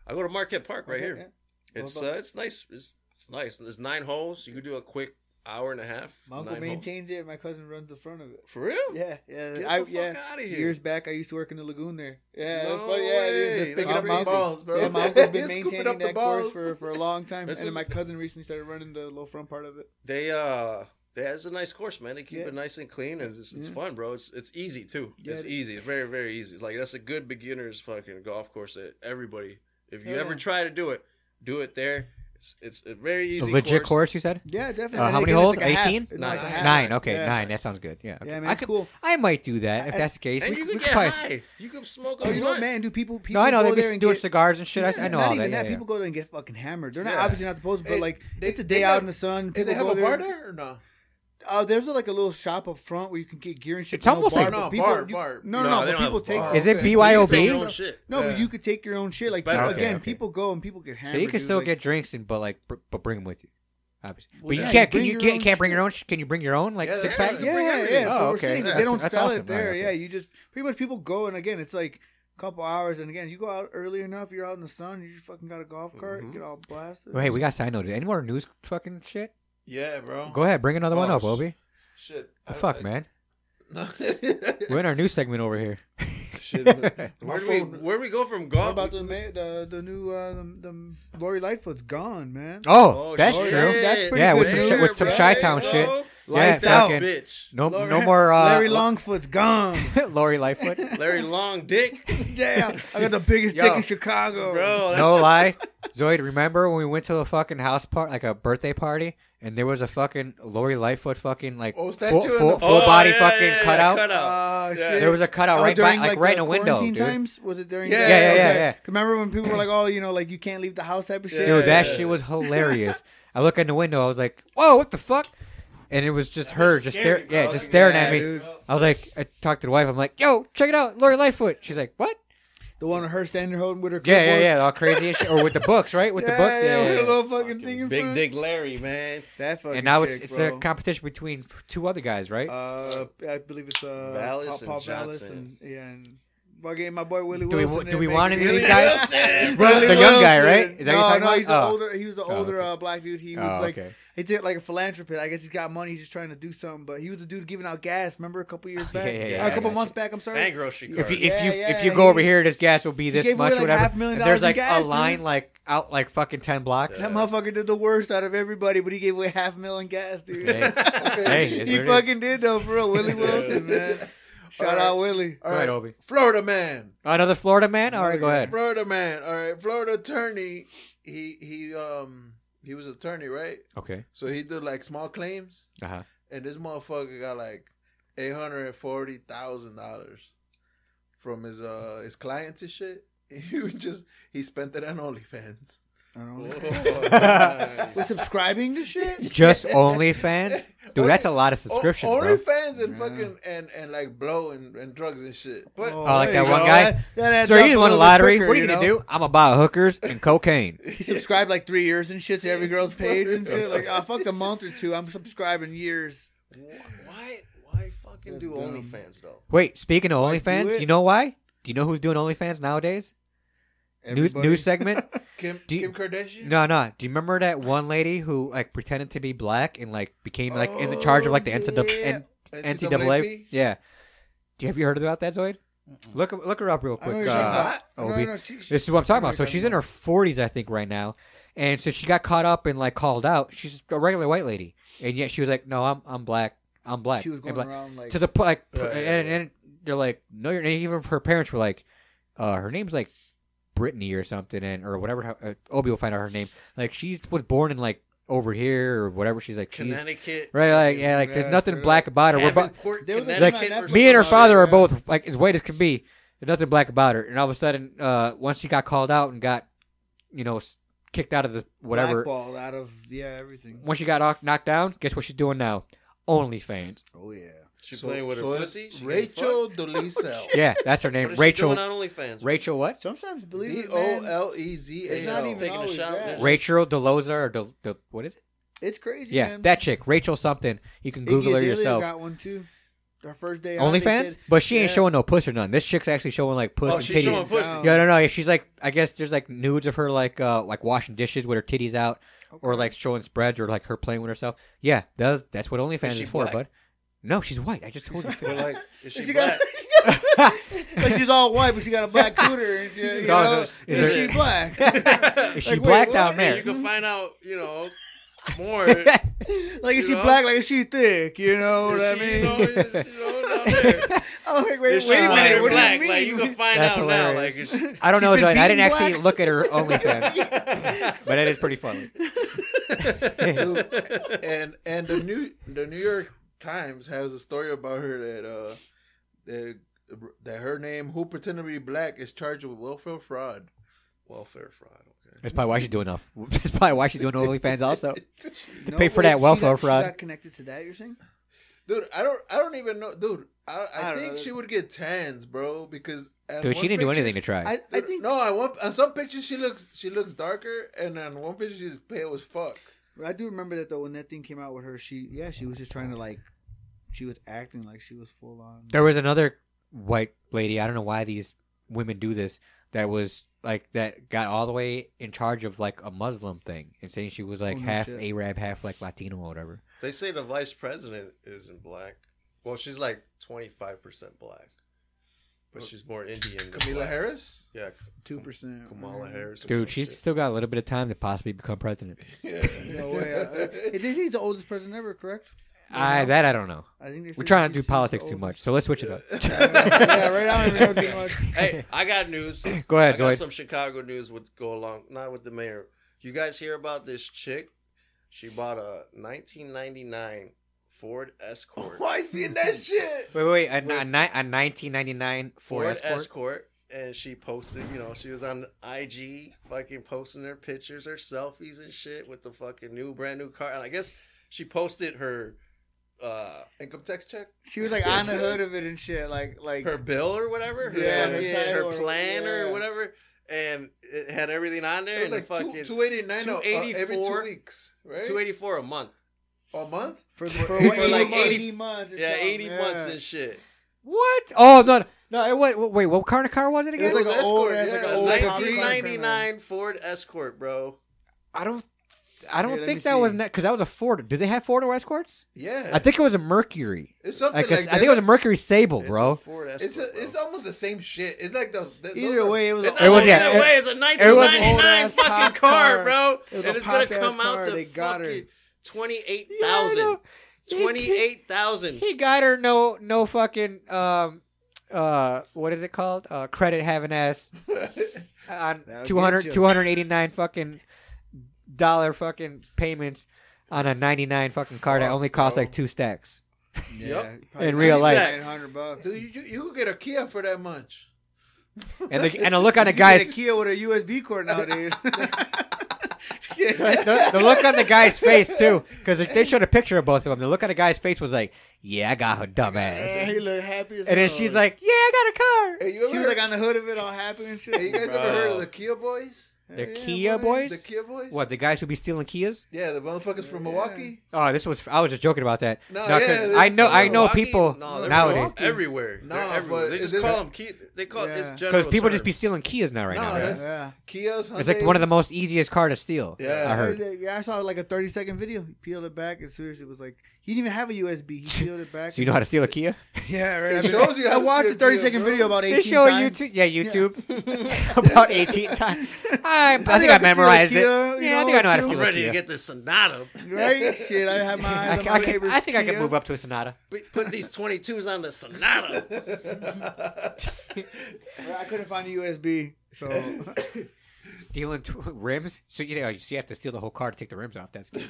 Speaker 4: I go to Marquette Park right
Speaker 3: Okay,
Speaker 4: here.
Speaker 3: yeah.
Speaker 4: It's
Speaker 3: about-
Speaker 4: uh, it's nice. It's it's nice. There's nine holes. You could do a quick hour and a half.
Speaker 3: My uncle
Speaker 4: Nine holes.
Speaker 3: maintains it. and My cousin runs the front of it.
Speaker 4: For real?
Speaker 3: Yeah, yeah.
Speaker 4: Get
Speaker 3: I,
Speaker 4: the fuck
Speaker 3: yeah.
Speaker 4: out of here.
Speaker 3: Years back, I used to work in the lagoon there. Yeah,
Speaker 4: No
Speaker 3: that's funny. Yeah,
Speaker 4: way.
Speaker 3: dude,
Speaker 4: That's
Speaker 3: picking up
Speaker 4: crazy.
Speaker 3: my uncle.
Speaker 2: balls, bro.
Speaker 3: Yeah, my uncle's
Speaker 2: He's
Speaker 3: been
Speaker 2: scooping
Speaker 3: maintaining
Speaker 2: up the
Speaker 3: that course
Speaker 2: balls.
Speaker 3: for, for a long time,
Speaker 4: That's
Speaker 3: and then
Speaker 4: a-
Speaker 3: my cousin recently started running the little front part of it.
Speaker 4: They uh, that's a nice course, man. They keep
Speaker 3: Yeah.
Speaker 4: it nice and clean, and it's, it's
Speaker 3: Yeah.
Speaker 4: fun, bro. It's it's easy too.
Speaker 3: Yeah,
Speaker 4: it's
Speaker 3: it is.
Speaker 4: easy. It's very very easy. Like that's a good beginner's fucking golf course that everybody. If you
Speaker 3: Yeah.
Speaker 4: ever try to do it, do it there. It's it's a very
Speaker 1: A
Speaker 4: easy.
Speaker 1: legit course, you said?
Speaker 3: Yeah, definitely.
Speaker 1: Uh,
Speaker 3: And
Speaker 1: how
Speaker 3: they
Speaker 1: many
Speaker 3: give us
Speaker 1: holes?
Speaker 3: like a half-
Speaker 1: 18?
Speaker 3: No, it's a
Speaker 4: Nine.
Speaker 3: half.
Speaker 1: Nine. Okay,
Speaker 3: Yeah.
Speaker 1: nine. That sounds good. Yeah. Okay.
Speaker 3: Yeah, man,
Speaker 1: I
Speaker 3: it's
Speaker 1: could,
Speaker 3: cool.
Speaker 1: I might do that if
Speaker 3: I-
Speaker 1: that's the case.
Speaker 4: And
Speaker 1: We-
Speaker 4: you
Speaker 1: we
Speaker 4: can
Speaker 1: could
Speaker 4: get
Speaker 1: probably-
Speaker 4: high. You can smoke.
Speaker 3: Oh,
Speaker 4: all
Speaker 3: you know,
Speaker 4: night.
Speaker 3: what, man, do people? people
Speaker 1: No, I know
Speaker 3: go
Speaker 1: they'd
Speaker 3: there
Speaker 1: be
Speaker 3: and
Speaker 1: doing
Speaker 3: get-
Speaker 1: cigars and shit. I, I know
Speaker 3: not
Speaker 1: all
Speaker 3: even
Speaker 1: that. yeah, yeah.
Speaker 3: People go there and get fucking hammered. They're not
Speaker 1: Yeah.
Speaker 3: obviously not supposed, but
Speaker 2: Hey,
Speaker 3: like
Speaker 2: they-
Speaker 3: it's a
Speaker 2: they
Speaker 3: day out
Speaker 2: got-
Speaker 3: in the sun.
Speaker 2: Did
Speaker 3: People
Speaker 2: they have
Speaker 3: go
Speaker 2: a
Speaker 3: there.
Speaker 2: bar there or no?
Speaker 3: Uh, there's like a little shop up front where you can get gear and shit.
Speaker 1: It's
Speaker 3: but no
Speaker 1: almost
Speaker 3: bar,
Speaker 1: like-
Speaker 3: but
Speaker 2: No,
Speaker 3: people,
Speaker 2: bar,
Speaker 3: you-
Speaker 2: bar.
Speaker 3: No, no,
Speaker 4: No,
Speaker 3: no.
Speaker 4: they
Speaker 3: but
Speaker 4: don't have
Speaker 3: people take.
Speaker 4: bar.
Speaker 1: Is it
Speaker 2: Okay.
Speaker 4: You
Speaker 1: BYOB?
Speaker 4: can take your own shit.
Speaker 3: No, but
Speaker 2: Yeah.
Speaker 3: you could take your own shit. Like
Speaker 4: better.
Speaker 3: people-
Speaker 4: Okay,
Speaker 3: again,
Speaker 1: okay.
Speaker 3: people go and people get hammered.
Speaker 1: So you can
Speaker 3: dude,
Speaker 1: still
Speaker 3: like-
Speaker 1: get drinks and but like br- but bring them with you, obviously.
Speaker 3: Well,
Speaker 1: but you
Speaker 3: yeah, you
Speaker 1: can't. can
Speaker 3: bring
Speaker 1: you
Speaker 3: your
Speaker 1: can't,
Speaker 3: own
Speaker 1: can't bring your
Speaker 3: shit.
Speaker 1: own? sh- Can you bring your own like
Speaker 2: Yeah,
Speaker 1: six
Speaker 4: yeah,
Speaker 1: pack?
Speaker 4: yeah.
Speaker 3: Yeah, yeah,
Speaker 4: everything.
Speaker 3: yeah. That's
Speaker 1: Oh,
Speaker 3: what
Speaker 1: okay.
Speaker 3: we're saying.
Speaker 1: That's-
Speaker 3: they don't
Speaker 1: that's
Speaker 3: sell
Speaker 1: awesome.
Speaker 3: it there.
Speaker 1: Alright,
Speaker 3: Yeah,
Speaker 1: okay.
Speaker 3: you just pretty much people go and again, it's like a couple hours. And again, you go out early enough, you're out in the sun, you just fucking got a golf cart,
Speaker 4: Mhm.
Speaker 3: get all blasted.
Speaker 1: Wait, Mm-hmm. we got side noted. Any more news? Fucking shit.
Speaker 2: Yeah, bro.
Speaker 1: Go ahead, bring another one
Speaker 2: Oh,
Speaker 1: up,
Speaker 2: sh-
Speaker 1: Obi.
Speaker 2: Shit.
Speaker 1: Oh,
Speaker 2: I-
Speaker 1: fuck,
Speaker 2: I-
Speaker 1: man.
Speaker 2: No. uh,
Speaker 1: We're in our new segment over here.
Speaker 2: Shit.
Speaker 4: Where do we where do we go from golf?
Speaker 3: What about the ma- the the new uh, the, the Lori Lightfoot's gone, man.
Speaker 1: Oh, that's
Speaker 3: shit.
Speaker 1: true.
Speaker 3: That's pretty
Speaker 1: Yeah,
Speaker 3: good
Speaker 1: with some
Speaker 3: news,
Speaker 1: shi- with some
Speaker 3: bro.
Speaker 1: Chi-Town
Speaker 4: Hey,
Speaker 1: shit.
Speaker 4: bro.
Speaker 1: Yeah,
Speaker 3: Lights out,
Speaker 1: fucking.
Speaker 4: bitch.
Speaker 1: No,
Speaker 3: Lori-
Speaker 1: no more. Uh,
Speaker 3: Larry Longfoot's gone.
Speaker 1: Lori Lightfoot.
Speaker 4: Larry Long Dick,
Speaker 3: Damn, I got the biggest
Speaker 1: Yo.
Speaker 3: dick in Chicago,
Speaker 4: bro. That's
Speaker 1: no lie, Zoid. Remember when we went to a fucking house party, like a birthday party, and there was a fucking Lori Lightfoot fucking like
Speaker 2: Oh,
Speaker 1: full,
Speaker 2: statue in
Speaker 1: full,
Speaker 2: the-
Speaker 1: full
Speaker 4: Oh,
Speaker 1: body
Speaker 4: yeah,
Speaker 1: fucking
Speaker 4: yeah, yeah,
Speaker 1: cutout.
Speaker 4: cutout. Yeah.
Speaker 3: Uh, shit.
Speaker 1: There was a cutout
Speaker 3: Oh,
Speaker 1: right
Speaker 3: during,
Speaker 1: by, like,
Speaker 3: like,
Speaker 1: right
Speaker 3: the
Speaker 1: in a window,
Speaker 3: quarantine
Speaker 1: dude.
Speaker 3: times was it during?
Speaker 2: Yeah,
Speaker 3: that?
Speaker 2: yeah, yeah,
Speaker 3: Okay.
Speaker 1: yeah.
Speaker 3: Remember when people were like, "Oh, you know, like you can't leave the house type of shit."
Speaker 1: Dude, that
Speaker 4: Yeah.
Speaker 1: shit was hilarious. I look in the window, I was like, "Whoa, what the fuck?" And it was just her, just stare,
Speaker 4: scary,
Speaker 1: yeah,
Speaker 4: bro.
Speaker 1: just
Speaker 4: Yeah,
Speaker 1: staring at me.
Speaker 3: dude.
Speaker 1: I was like, I talked to the wife. I'm like, "Yo, check it out, Lori Lightfoot." She's like, "What?"
Speaker 3: The one with her standing holding with her
Speaker 1: Yeah, yeah,
Speaker 3: clipboard?
Speaker 1: yeah. All crazy as shit. Or with the books, right? With the books. Yeah,
Speaker 3: with
Speaker 1: yeah,
Speaker 3: the
Speaker 1: yeah.
Speaker 3: little fucking thing in
Speaker 4: Big
Speaker 3: front.
Speaker 4: Dick Larry, man.
Speaker 3: That fucking
Speaker 1: And now
Speaker 3: chick,
Speaker 1: it's it's
Speaker 3: bro.
Speaker 1: a competition between two other guys, right?
Speaker 3: Uh, I believe it's uh,
Speaker 4: Vallis
Speaker 3: Paul,
Speaker 4: and
Speaker 3: Paul Vallis
Speaker 4: Johnson.
Speaker 3: and yeah, and fucking my boy Willie
Speaker 1: Do we-
Speaker 3: Wilson.
Speaker 1: do
Speaker 3: there
Speaker 1: we
Speaker 3: making
Speaker 1: want
Speaker 3: it
Speaker 1: any of these
Speaker 3: easy.
Speaker 1: guys?
Speaker 4: Wilson,
Speaker 1: Bro,
Speaker 3: Willie
Speaker 1: the young guy,
Speaker 3: Wilson.
Speaker 1: right? Is that what you're
Speaker 3: no,
Speaker 1: talking
Speaker 3: no,
Speaker 1: about?
Speaker 3: he's the
Speaker 1: Oh.
Speaker 3: older. He was the
Speaker 1: Oh,
Speaker 3: older
Speaker 1: okay.
Speaker 3: uh, black dude. He was
Speaker 1: Oh,
Speaker 3: like,
Speaker 1: okay.
Speaker 3: he did like a philanthropist. I guess he's got money. He's just trying to do something. But he was a dude giving out gas. Remember a couple years
Speaker 1: yeah,
Speaker 3: back,
Speaker 1: yeah,
Speaker 3: Uh, a
Speaker 1: yeah.
Speaker 3: couple months back. I'm sorry.
Speaker 4: and grocery
Speaker 1: If
Speaker 4: card.
Speaker 1: you if
Speaker 3: Yeah,
Speaker 1: you
Speaker 3: yeah,
Speaker 1: if you go
Speaker 3: he-
Speaker 1: over here, this gas will be
Speaker 3: he
Speaker 1: this
Speaker 3: gave away,
Speaker 1: much,
Speaker 3: like,
Speaker 1: or whatever.
Speaker 3: half million
Speaker 1: And there's like
Speaker 3: dollars in
Speaker 1: a
Speaker 3: gas,
Speaker 1: line
Speaker 3: dude.
Speaker 1: like out like fucking ten blocks.
Speaker 3: That motherfucker did the worst out of everybody, but he gave away half million gas, dude.
Speaker 1: Hey. Hey, it's
Speaker 3: he
Speaker 1: what it is.
Speaker 3: fucking did though, for real. Willie Wilson, man. Shout
Speaker 2: All right.
Speaker 3: out Willie.
Speaker 1: Go
Speaker 2: All
Speaker 1: ahead,
Speaker 2: right,
Speaker 1: Obi.
Speaker 2: Florida man.
Speaker 1: Another Florida man. All right, go ahead.
Speaker 2: Florida man. All right, Florida attorney. He he um he was attorney, right?
Speaker 1: Okay.
Speaker 2: So he did like small claims,
Speaker 1: Uh huh.
Speaker 2: and this motherfucker got like eight hundred and forty thousand dollars from his uh his clients and shit. He was just he spent it on OnlyFans.
Speaker 3: I don't know.
Speaker 4: Oh,
Speaker 3: We're
Speaker 4: nice.
Speaker 3: subscribing to shit.
Speaker 1: Just OnlyFans, dude.
Speaker 2: Only-
Speaker 1: That's a lot of
Speaker 2: O-
Speaker 1: subscriptions, bro.
Speaker 2: OnlyFans and
Speaker 3: Yeah.
Speaker 2: fucking and and like blow and, and drugs and shit. But
Speaker 3: Oh,
Speaker 1: I like
Speaker 3: there
Speaker 1: that
Speaker 3: you
Speaker 1: one
Speaker 3: go.
Speaker 1: guy.
Speaker 3: That- that adds
Speaker 1: Sir,
Speaker 3: up
Speaker 1: you didn't
Speaker 3: a
Speaker 1: win the
Speaker 3: little
Speaker 1: lottery.
Speaker 3: quicker,
Speaker 1: what are you, gonna
Speaker 3: know?
Speaker 1: do? I'm gonna buy hookers and cocaine.
Speaker 3: He subscribed like three years and shit to every girl's page and shit. Like, I fucked a month or two. I'm subscribing years.
Speaker 4: why why fucking do
Speaker 3: That's dumb.
Speaker 4: OnlyFans though?
Speaker 1: Wait, speaking of
Speaker 3: Like, do
Speaker 1: OnlyFans,
Speaker 3: it.
Speaker 1: you know why? Do you know who's doing OnlyFans nowadays? New,
Speaker 3: Everybody-
Speaker 1: new segment?
Speaker 2: Kim
Speaker 1: Do you-
Speaker 2: Kim Kardashian.
Speaker 1: no, no. Do you remember that one lady who like pretended to be black and like became like in the charge of like the
Speaker 3: Oh,
Speaker 1: NCAA? N- NCAA? Yeah. Do you, have you heard about that, Zoid? Look look her up real
Speaker 3: I know
Speaker 1: quick.
Speaker 3: what you're talking
Speaker 1: uh,
Speaker 3: about. I know-
Speaker 1: Obi.
Speaker 3: I know, she- she-
Speaker 1: This is what I'm talking
Speaker 3: I know
Speaker 1: about. So
Speaker 3: what you're
Speaker 1: she's in her 40s, I think, right now, and so she got caught up and like called out. She's a regular white lady, and yet she was like, "No, I'm I'm black. I'm black."
Speaker 3: She was
Speaker 1: and
Speaker 3: going
Speaker 1: black.
Speaker 3: around like
Speaker 1: to the po- like,
Speaker 4: Yeah, yeah,
Speaker 1: and, and they're like, "No, you're." And even her parents were like, uh, "Her name's like Brittany or something, and or whatever." Uh, Obi will find out her name. Like she was born in like over here or whatetever. She's like, she's
Speaker 4: Connecticut.
Speaker 1: right, like yeah, like
Speaker 3: Yeah,
Speaker 1: there's nothing
Speaker 3: straight
Speaker 1: black about her. We're bo-
Speaker 4: Davenport,
Speaker 3: There was a-
Speaker 1: like
Speaker 4: Connecticut. or
Speaker 3: Netflix
Speaker 1: me and her
Speaker 4: something.
Speaker 1: father are
Speaker 3: yeah.
Speaker 1: both like as white as can be. There's nothing black about her. And all of a sudden, uh, once she got called out and got, you know, s- kicked out of the whatever.
Speaker 3: blackballed out of yeah everything.
Speaker 1: Once she got knock- knocked down, guess what she's doing now? OnlyFans.
Speaker 3: Oh yeah.
Speaker 4: She playing with her pussy. She getting
Speaker 2: Rachel Dolezal.
Speaker 1: Yeah, that's her
Speaker 4: fucked?
Speaker 1: name.
Speaker 4: What is
Speaker 1: Rachel.
Speaker 4: She doing on OnlyFans.
Speaker 1: Rachel what?
Speaker 3: Sometimes believe
Speaker 2: D
Speaker 3: it,
Speaker 2: O
Speaker 3: man.
Speaker 2: L E Z
Speaker 3: It's not
Speaker 2: A
Speaker 3: even
Speaker 2: L.
Speaker 4: Taking a
Speaker 3: always
Speaker 4: shower.
Speaker 3: that.
Speaker 1: Rachel Deloza or Del, Del, what is it?
Speaker 3: It's crazy.
Speaker 1: Yeah,
Speaker 3: man.
Speaker 1: that chick, Rachel something. You can Google
Speaker 3: Iggy
Speaker 1: her
Speaker 3: Azalea
Speaker 1: yourself.
Speaker 3: Got one too. Her first day. out, they
Speaker 1: OnlyFans,
Speaker 3: said-
Speaker 1: but she ain't
Speaker 3: yeah.
Speaker 1: showing no puss or none. This chick's actually showing like puss
Speaker 4: Oh,
Speaker 1: and
Speaker 4: she's
Speaker 1: titties.
Speaker 4: showing pussy.
Speaker 3: Down.
Speaker 1: Yeah, no, no. yeah, She's like, I guess there's like nudes of her like, uh, like washing dishes with her titties out, or like showing spreads, or like her playing with herself. Yeah, that's that's what OnlyFans is,
Speaker 4: she
Speaker 1: for,
Speaker 4: black?
Speaker 1: bud. No, she's white. I just told you.
Speaker 4: But like, is she,
Speaker 3: She
Speaker 4: black?
Speaker 3: got- Like she's all white, but she got a black cooter and shit. You
Speaker 1: So-
Speaker 3: know?
Speaker 1: so- is
Speaker 3: Is,
Speaker 4: there-
Speaker 3: she black?
Speaker 1: is she
Speaker 3: Like, wait,
Speaker 1: black
Speaker 3: what?
Speaker 1: down
Speaker 4: Yeah,
Speaker 1: there?
Speaker 4: you can find out, you know, more. You
Speaker 3: like is she
Speaker 4: You know?
Speaker 3: black? Like is she thick? You know what I
Speaker 4: see, you
Speaker 3: mean?
Speaker 4: know, is- you know, down there.
Speaker 3: I'm like, wait,
Speaker 4: Is she
Speaker 3: wait a
Speaker 4: white
Speaker 3: minute.
Speaker 4: or
Speaker 3: What
Speaker 4: black?
Speaker 3: do you
Speaker 4: Like,
Speaker 3: mean?
Speaker 4: you can find
Speaker 1: That's
Speaker 4: out now. Like,
Speaker 1: hilarious.
Speaker 4: is she,
Speaker 1: I don't know.
Speaker 3: She's been
Speaker 1: Zoe, I didn't
Speaker 3: beaten
Speaker 1: actually
Speaker 3: black?
Speaker 1: look at her OnlyFans, but it is pretty funny.
Speaker 2: and and the new the New York Times has a story about her that uh that, that her name who pretended to be black is charged with welfare fraud.
Speaker 4: welfare fraud. Okay.
Speaker 1: That's probably why she's doing off. That's probably why she's doing OnlyFans also.
Speaker 3: to
Speaker 1: pay for that welfare fraud.
Speaker 3: She got connected to that. You're saying?
Speaker 2: Dude, I don't I don't even know, dude. I, I,
Speaker 3: I don't
Speaker 2: think
Speaker 3: know.
Speaker 2: she would get tans, bro, because at
Speaker 1: Dude,
Speaker 2: one
Speaker 1: she didn't do
Speaker 2: picture-
Speaker 1: anything to try.
Speaker 3: I, I think.
Speaker 2: no, I want on some pictures she looks she looks darker, and on one picture she's pale as fuck.
Speaker 3: I do remember that though. When that thing came out with her, she yeah, she was just trying to like, she was acting like she was full on.
Speaker 1: There was another white lady. I don't know why these women do this. That was like that got all the way in charge of like a Muslim thing and saying she was like
Speaker 3: Oh, no
Speaker 1: half
Speaker 3: shit.
Speaker 1: Arab, half like Latino or whatever.
Speaker 4: They say the vice president isn't black. Well, she's like 25% black, but she's more Indian. than
Speaker 2: Camila
Speaker 4: black.
Speaker 2: Harris.
Speaker 4: Yeah,
Speaker 3: Two percent. Mm-hmm.
Speaker 4: Kamala Harris. or
Speaker 1: Dude,
Speaker 4: some
Speaker 1: she's
Speaker 4: shit.
Speaker 1: still got a little bit of time to possibly become president.
Speaker 3: No way. I- I think he's the oldest president ever, correct?
Speaker 1: I that I don't know.
Speaker 3: I think they
Speaker 1: We're
Speaker 3: said
Speaker 1: trying to do
Speaker 3: he's- he's
Speaker 1: politics
Speaker 3: the
Speaker 1: too much,
Speaker 3: oldest.
Speaker 1: so let's switch it up.
Speaker 3: yeah, right. I don't even know too much.
Speaker 4: Hey, I got news.
Speaker 1: Go ahead,
Speaker 4: I got
Speaker 1: Zoid.
Speaker 4: some Chicago news would go along, not with the mayor. You guys hear about this chick? She bought a 1999 Ford Escort.
Speaker 2: Why seeing that shit?
Speaker 1: Wait, wait, wait. A, ni- a, ni- a 1999 Ford,
Speaker 4: Ford
Speaker 1: Escort.
Speaker 4: Escort? and she posted, you know, she was on IG fucking posting her pictures, her selfies and shit with the fucking new brand new car. And I guess she posted her uh,
Speaker 2: Income tax check?
Speaker 3: She was like on the hood of it and shit, like like
Speaker 4: her bill or whatever, her,
Speaker 3: Yeah,
Speaker 4: her,
Speaker 3: her title or-
Speaker 4: plan or
Speaker 3: yeah.
Speaker 4: whatever, and it had everything on there.
Speaker 2: It
Speaker 4: And
Speaker 2: was like
Speaker 4: like fucking
Speaker 2: two eighty nine uh, every two
Speaker 4: 284.
Speaker 2: weeks, right?
Speaker 4: two eighty four a month.
Speaker 2: a month.
Speaker 3: for, for, for
Speaker 4: It's
Speaker 3: like
Speaker 4: like
Speaker 3: eighty
Speaker 4: 80
Speaker 3: months. Or
Speaker 4: Yeah,
Speaker 3: something.
Speaker 4: eighty months and shit.
Speaker 1: What? Oh no, no. It, wait, wait, what kind of car was it
Speaker 3: It was
Speaker 1: again?
Speaker 3: like
Speaker 2: was
Speaker 3: an old,
Speaker 2: escort,
Speaker 3: ass,
Speaker 2: yeah.
Speaker 3: like
Speaker 2: It
Speaker 3: an
Speaker 2: was
Speaker 3: old
Speaker 4: Nineteen ninety
Speaker 3: 1999.
Speaker 4: nine Ford Escort, bro.
Speaker 1: I don't, I don't
Speaker 3: Here, let me
Speaker 1: think that was
Speaker 3: see.
Speaker 1: because that was a Ford. Did they have Ford or escorts?
Speaker 2: Yeah,
Speaker 1: I think it was a Mercury.
Speaker 2: it's something
Speaker 1: I
Speaker 2: like,
Speaker 1: guess
Speaker 2: that.
Speaker 1: I think it was a Mercury Sable,
Speaker 4: It's
Speaker 1: Oh,
Speaker 4: a
Speaker 1: bro.
Speaker 4: Ford Escort.
Speaker 2: It's a, it's almost the same shit. It's like the, the
Speaker 3: Either
Speaker 2: those are-
Speaker 3: way, it was
Speaker 4: It's
Speaker 3: an
Speaker 4: it
Speaker 1: was-
Speaker 4: was
Speaker 3: old
Speaker 1: yeah,
Speaker 3: ass-
Speaker 4: that way. It's a
Speaker 1: it was an
Speaker 4: 1999
Speaker 3: old-ass
Speaker 4: fucking
Speaker 3: pop
Speaker 4: car,
Speaker 3: car.
Speaker 4: bro.
Speaker 3: It
Speaker 4: and
Speaker 3: was a
Speaker 4: it's gonna
Speaker 3: pop-ass
Speaker 4: come out
Speaker 3: car.
Speaker 4: to
Speaker 3: They got her.
Speaker 4: fucking twenty eight
Speaker 1: Yeah, I
Speaker 4: thousand.
Speaker 1: know. He-
Speaker 4: Twenty eight thousand.
Speaker 1: He got her no no fucking um uh what is it called uh credit having ass on
Speaker 3: That'll
Speaker 1: 200
Speaker 3: get you.
Speaker 1: 289 fucking dollar fucking payments on a 99 fucking car that
Speaker 2: Fuck,
Speaker 1: only cost
Speaker 2: bro.
Speaker 1: like two stacks.
Speaker 3: Yeah,
Speaker 1: In real life.
Speaker 3: nine hundred bucks.
Speaker 2: Dude, you, you could get a Kia for that much.
Speaker 1: And the and the look on the
Speaker 3: You can get
Speaker 1: guy's
Speaker 3: a Kia with a USB cord nowadays.
Speaker 1: the, the- the look on the guy's face too cuz they showed a picture of both of them. The look on the guy's face was like, "Yeah, I got her dumbass."
Speaker 3: he looked happy as
Speaker 1: And then
Speaker 3: hell.
Speaker 1: she's like, "Yeah, I got a car."
Speaker 2: Hey, you ever
Speaker 3: she was
Speaker 2: heard-
Speaker 3: like on the hood of it, all happy and shit.
Speaker 2: hey, you guys ever
Speaker 4: Bro.
Speaker 2: heard of the Kia boys?
Speaker 1: The
Speaker 3: Yeah,
Speaker 1: Kia boys?
Speaker 2: The Kia boys?
Speaker 1: What, the guys who be stealing Kias?
Speaker 2: Yeah, the motherfuckers from
Speaker 3: Yeah.
Speaker 2: Milwaukee.
Speaker 1: Oh, this was I was just joking about that.
Speaker 2: No,
Speaker 1: No, 'cause
Speaker 2: yeah,
Speaker 1: I
Speaker 2: this-
Speaker 1: know I know
Speaker 4: Milwaukee?
Speaker 1: people
Speaker 4: No, they're
Speaker 1: nowadays
Speaker 4: from everywhere.
Speaker 2: No,
Speaker 4: No, everywhere.
Speaker 2: but
Speaker 4: they just
Speaker 2: is
Speaker 4: call
Speaker 2: it-
Speaker 4: them Kia. They call it
Speaker 3: Yeah.
Speaker 4: it's general
Speaker 1: because people just be
Speaker 4: terms.
Speaker 1: stealing Kias now right
Speaker 2: No,
Speaker 1: now.
Speaker 2: that's-
Speaker 1: Right?
Speaker 3: yeah.
Speaker 2: Kias.
Speaker 1: It's like one of the
Speaker 2: Hyundais.
Speaker 1: most easiest car to steal.
Speaker 2: Yeah.
Speaker 1: I heard.
Speaker 3: Yeah, I saw like a 30 second video. He peeled it back, and seriously, it was like he didn't even have a USB. He peeled it back.
Speaker 1: So you know how to steal a Kia?
Speaker 3: Yeah, right.
Speaker 2: It
Speaker 3: I mean,
Speaker 2: shows you how to
Speaker 3: I watched
Speaker 2: steal
Speaker 3: a 30
Speaker 2: Kia,
Speaker 3: second
Speaker 2: bro.
Speaker 3: video about 18
Speaker 1: They show
Speaker 3: times.
Speaker 1: YouTube, yeah, YouTube, about eighteen times. I, I, think I,
Speaker 3: could steal a
Speaker 1: memorized it.
Speaker 3: Kia, you
Speaker 1: yeah, I
Speaker 3: know,
Speaker 1: think I know how to
Speaker 4: I'm
Speaker 3: too.
Speaker 1: steal a
Speaker 4: ready to
Speaker 1: Kia.
Speaker 4: get this Sonata.
Speaker 3: Right? Shit, I have my
Speaker 1: I,
Speaker 3: eyes
Speaker 1: ca-
Speaker 3: on my
Speaker 1: I, ca-
Speaker 3: neighbor's
Speaker 1: I think I can
Speaker 3: Kia.
Speaker 1: move up to a Sonata.
Speaker 4: We Put these 22s on the Sonata.
Speaker 3: I couldn't find a USB, so
Speaker 1: Stealing t- rims, so you know, so you have to steal the whole car to take the rims off. That's or uh,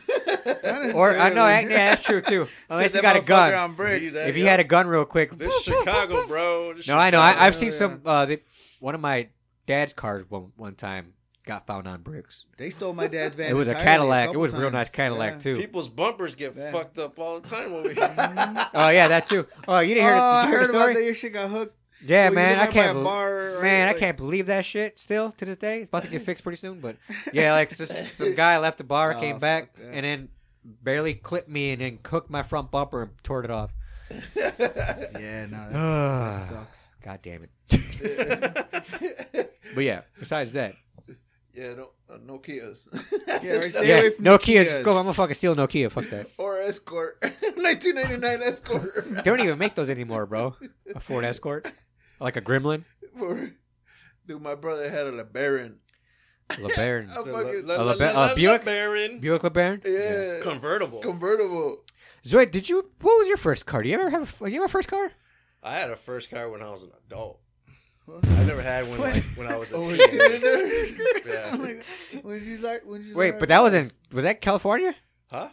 Speaker 3: Not
Speaker 1: I know, yeah,
Speaker 3: necessarily.
Speaker 1: that's true too. Unless
Speaker 3: Set
Speaker 1: you got a
Speaker 3: that
Speaker 1: gun.
Speaker 3: motherfucker on bricks.
Speaker 4: That-
Speaker 1: if you had a gun, real quick.
Speaker 4: This Chicago, bro. This
Speaker 1: No, I know. I, I've seen
Speaker 3: Yeah.
Speaker 1: some. Uh, they, one of my dad's cars one, one time got found on bricks.
Speaker 3: They stole my dad's van.
Speaker 1: It was a
Speaker 3: entirely
Speaker 1: Cadillac. it
Speaker 3: couple
Speaker 1: was a real nice
Speaker 3: times.
Speaker 1: Cadillac
Speaker 3: Yeah.
Speaker 1: too.
Speaker 4: People's bumpers get
Speaker 3: Yeah.
Speaker 4: fucked up all the time over here.
Speaker 1: Oh yeah, that too. Oh, you
Speaker 3: Oh,
Speaker 1: didn't hear, did
Speaker 3: I
Speaker 1: you hear
Speaker 3: heard
Speaker 1: the
Speaker 3: about
Speaker 1: story?
Speaker 3: that. Your shit got hooked.
Speaker 1: Yeah,
Speaker 3: Well, you
Speaker 1: man,
Speaker 3: live
Speaker 1: I
Speaker 3: out by
Speaker 1: can't.
Speaker 3: a
Speaker 1: believe
Speaker 3: bar, right?
Speaker 1: Man, I
Speaker 3: Like-
Speaker 1: can't believe that shit. Still to this day, it's about to get fixed pretty soon. But yeah, like s- some guy left the bar,
Speaker 3: Oh,
Speaker 1: came
Speaker 3: fuck
Speaker 1: back,
Speaker 3: that.
Speaker 1: and then barely clipped me, and then cooked my front bumper and tore it off.
Speaker 3: Yeah, no, that
Speaker 1: God
Speaker 3: sucks.
Speaker 1: damn it. but yeah, besides that,
Speaker 2: yeah, no, uh, no Kias.
Speaker 3: Yeah, right, stay
Speaker 1: yeah,
Speaker 3: away from
Speaker 1: no
Speaker 3: the
Speaker 1: Kia. Just
Speaker 3: Kias.
Speaker 1: go. I'm gonna fucking steal no Kia. Fuck that.
Speaker 2: or Escort. 1999 Escort.
Speaker 1: They don't even make those anymore, bro. A Ford Escort, like a Gremlin,
Speaker 2: Dude, my brother had a LeBaron.
Speaker 1: a LeBaron,
Speaker 2: A fucking-
Speaker 1: A Le- uh, Buick?
Speaker 4: Baron.
Speaker 1: Buick LeBaron.
Speaker 2: yeah.
Speaker 4: Convertible.
Speaker 2: Convertible.
Speaker 1: Zoe, did you? What was your first car? Do you ever have? A, you have a first car?
Speaker 4: I had a first car when I was an adult.
Speaker 3: What?
Speaker 4: I never had one like, when I was
Speaker 2: Oh,
Speaker 4: a
Speaker 2: wait,
Speaker 4: teenager.
Speaker 3: I'm
Speaker 4: yeah.
Speaker 3: like, when did you like? When did you
Speaker 1: Wait,
Speaker 3: like-
Speaker 1: but that was in was that California?
Speaker 4: Huh?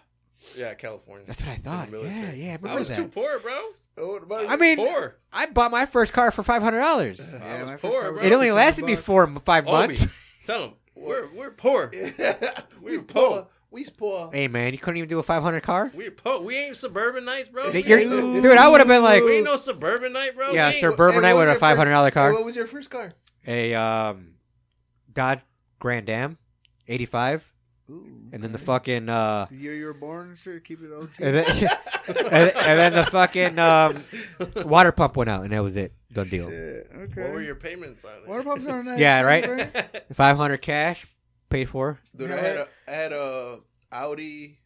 Speaker 4: Yeah, California.
Speaker 1: That's what I thought. Yeah,
Speaker 4: military.
Speaker 1: yeah, I remember
Speaker 4: I was
Speaker 1: that.
Speaker 4: too poor, bro.
Speaker 2: Oh, what about
Speaker 1: I mean,
Speaker 4: Poor.
Speaker 1: I bought my first car for five hundred dollars.
Speaker 3: Yeah,
Speaker 4: I was
Speaker 3: my first
Speaker 4: poor,
Speaker 3: car
Speaker 4: bro.
Speaker 3: was
Speaker 1: It only
Speaker 3: 600
Speaker 1: lasted me
Speaker 3: bucks.
Speaker 1: four five
Speaker 4: Obi,
Speaker 1: months.
Speaker 4: tell them we're we're poor.
Speaker 2: we poor. We poor.
Speaker 1: Hey man, you couldn't even do a five hundred car.
Speaker 4: We're poor. We ain't suburbanites, bro. We
Speaker 1: Dude, you're-
Speaker 4: ain't-
Speaker 1: dude, I would have been like,
Speaker 4: we ain't no suburbanite, bro.
Speaker 1: yeah,
Speaker 4: we ain't-
Speaker 1: suburbanite
Speaker 2: Hey, what was
Speaker 1: with
Speaker 2: your
Speaker 1: a
Speaker 2: first-
Speaker 1: five hundred dollar
Speaker 2: Hey,
Speaker 1: car,
Speaker 2: what was your first car?
Speaker 1: a um, Dodge Grand Am, eighty five,
Speaker 3: Ooh,
Speaker 1: and then the
Speaker 3: okay.
Speaker 1: fucking uh,
Speaker 3: The year you were born, sure, keep it OG.
Speaker 1: and then, and, and then the fucking um, water pump went out, and that was it. Done deal.
Speaker 3: Shit, okay.
Speaker 4: What were your payments on it?
Speaker 3: water pumps are nice?
Speaker 1: Yeah, right?
Speaker 3: Remember?
Speaker 1: Five hundred cash, paid for.
Speaker 2: Dude, I
Speaker 3: Yeah.
Speaker 2: had a, I had a Audi,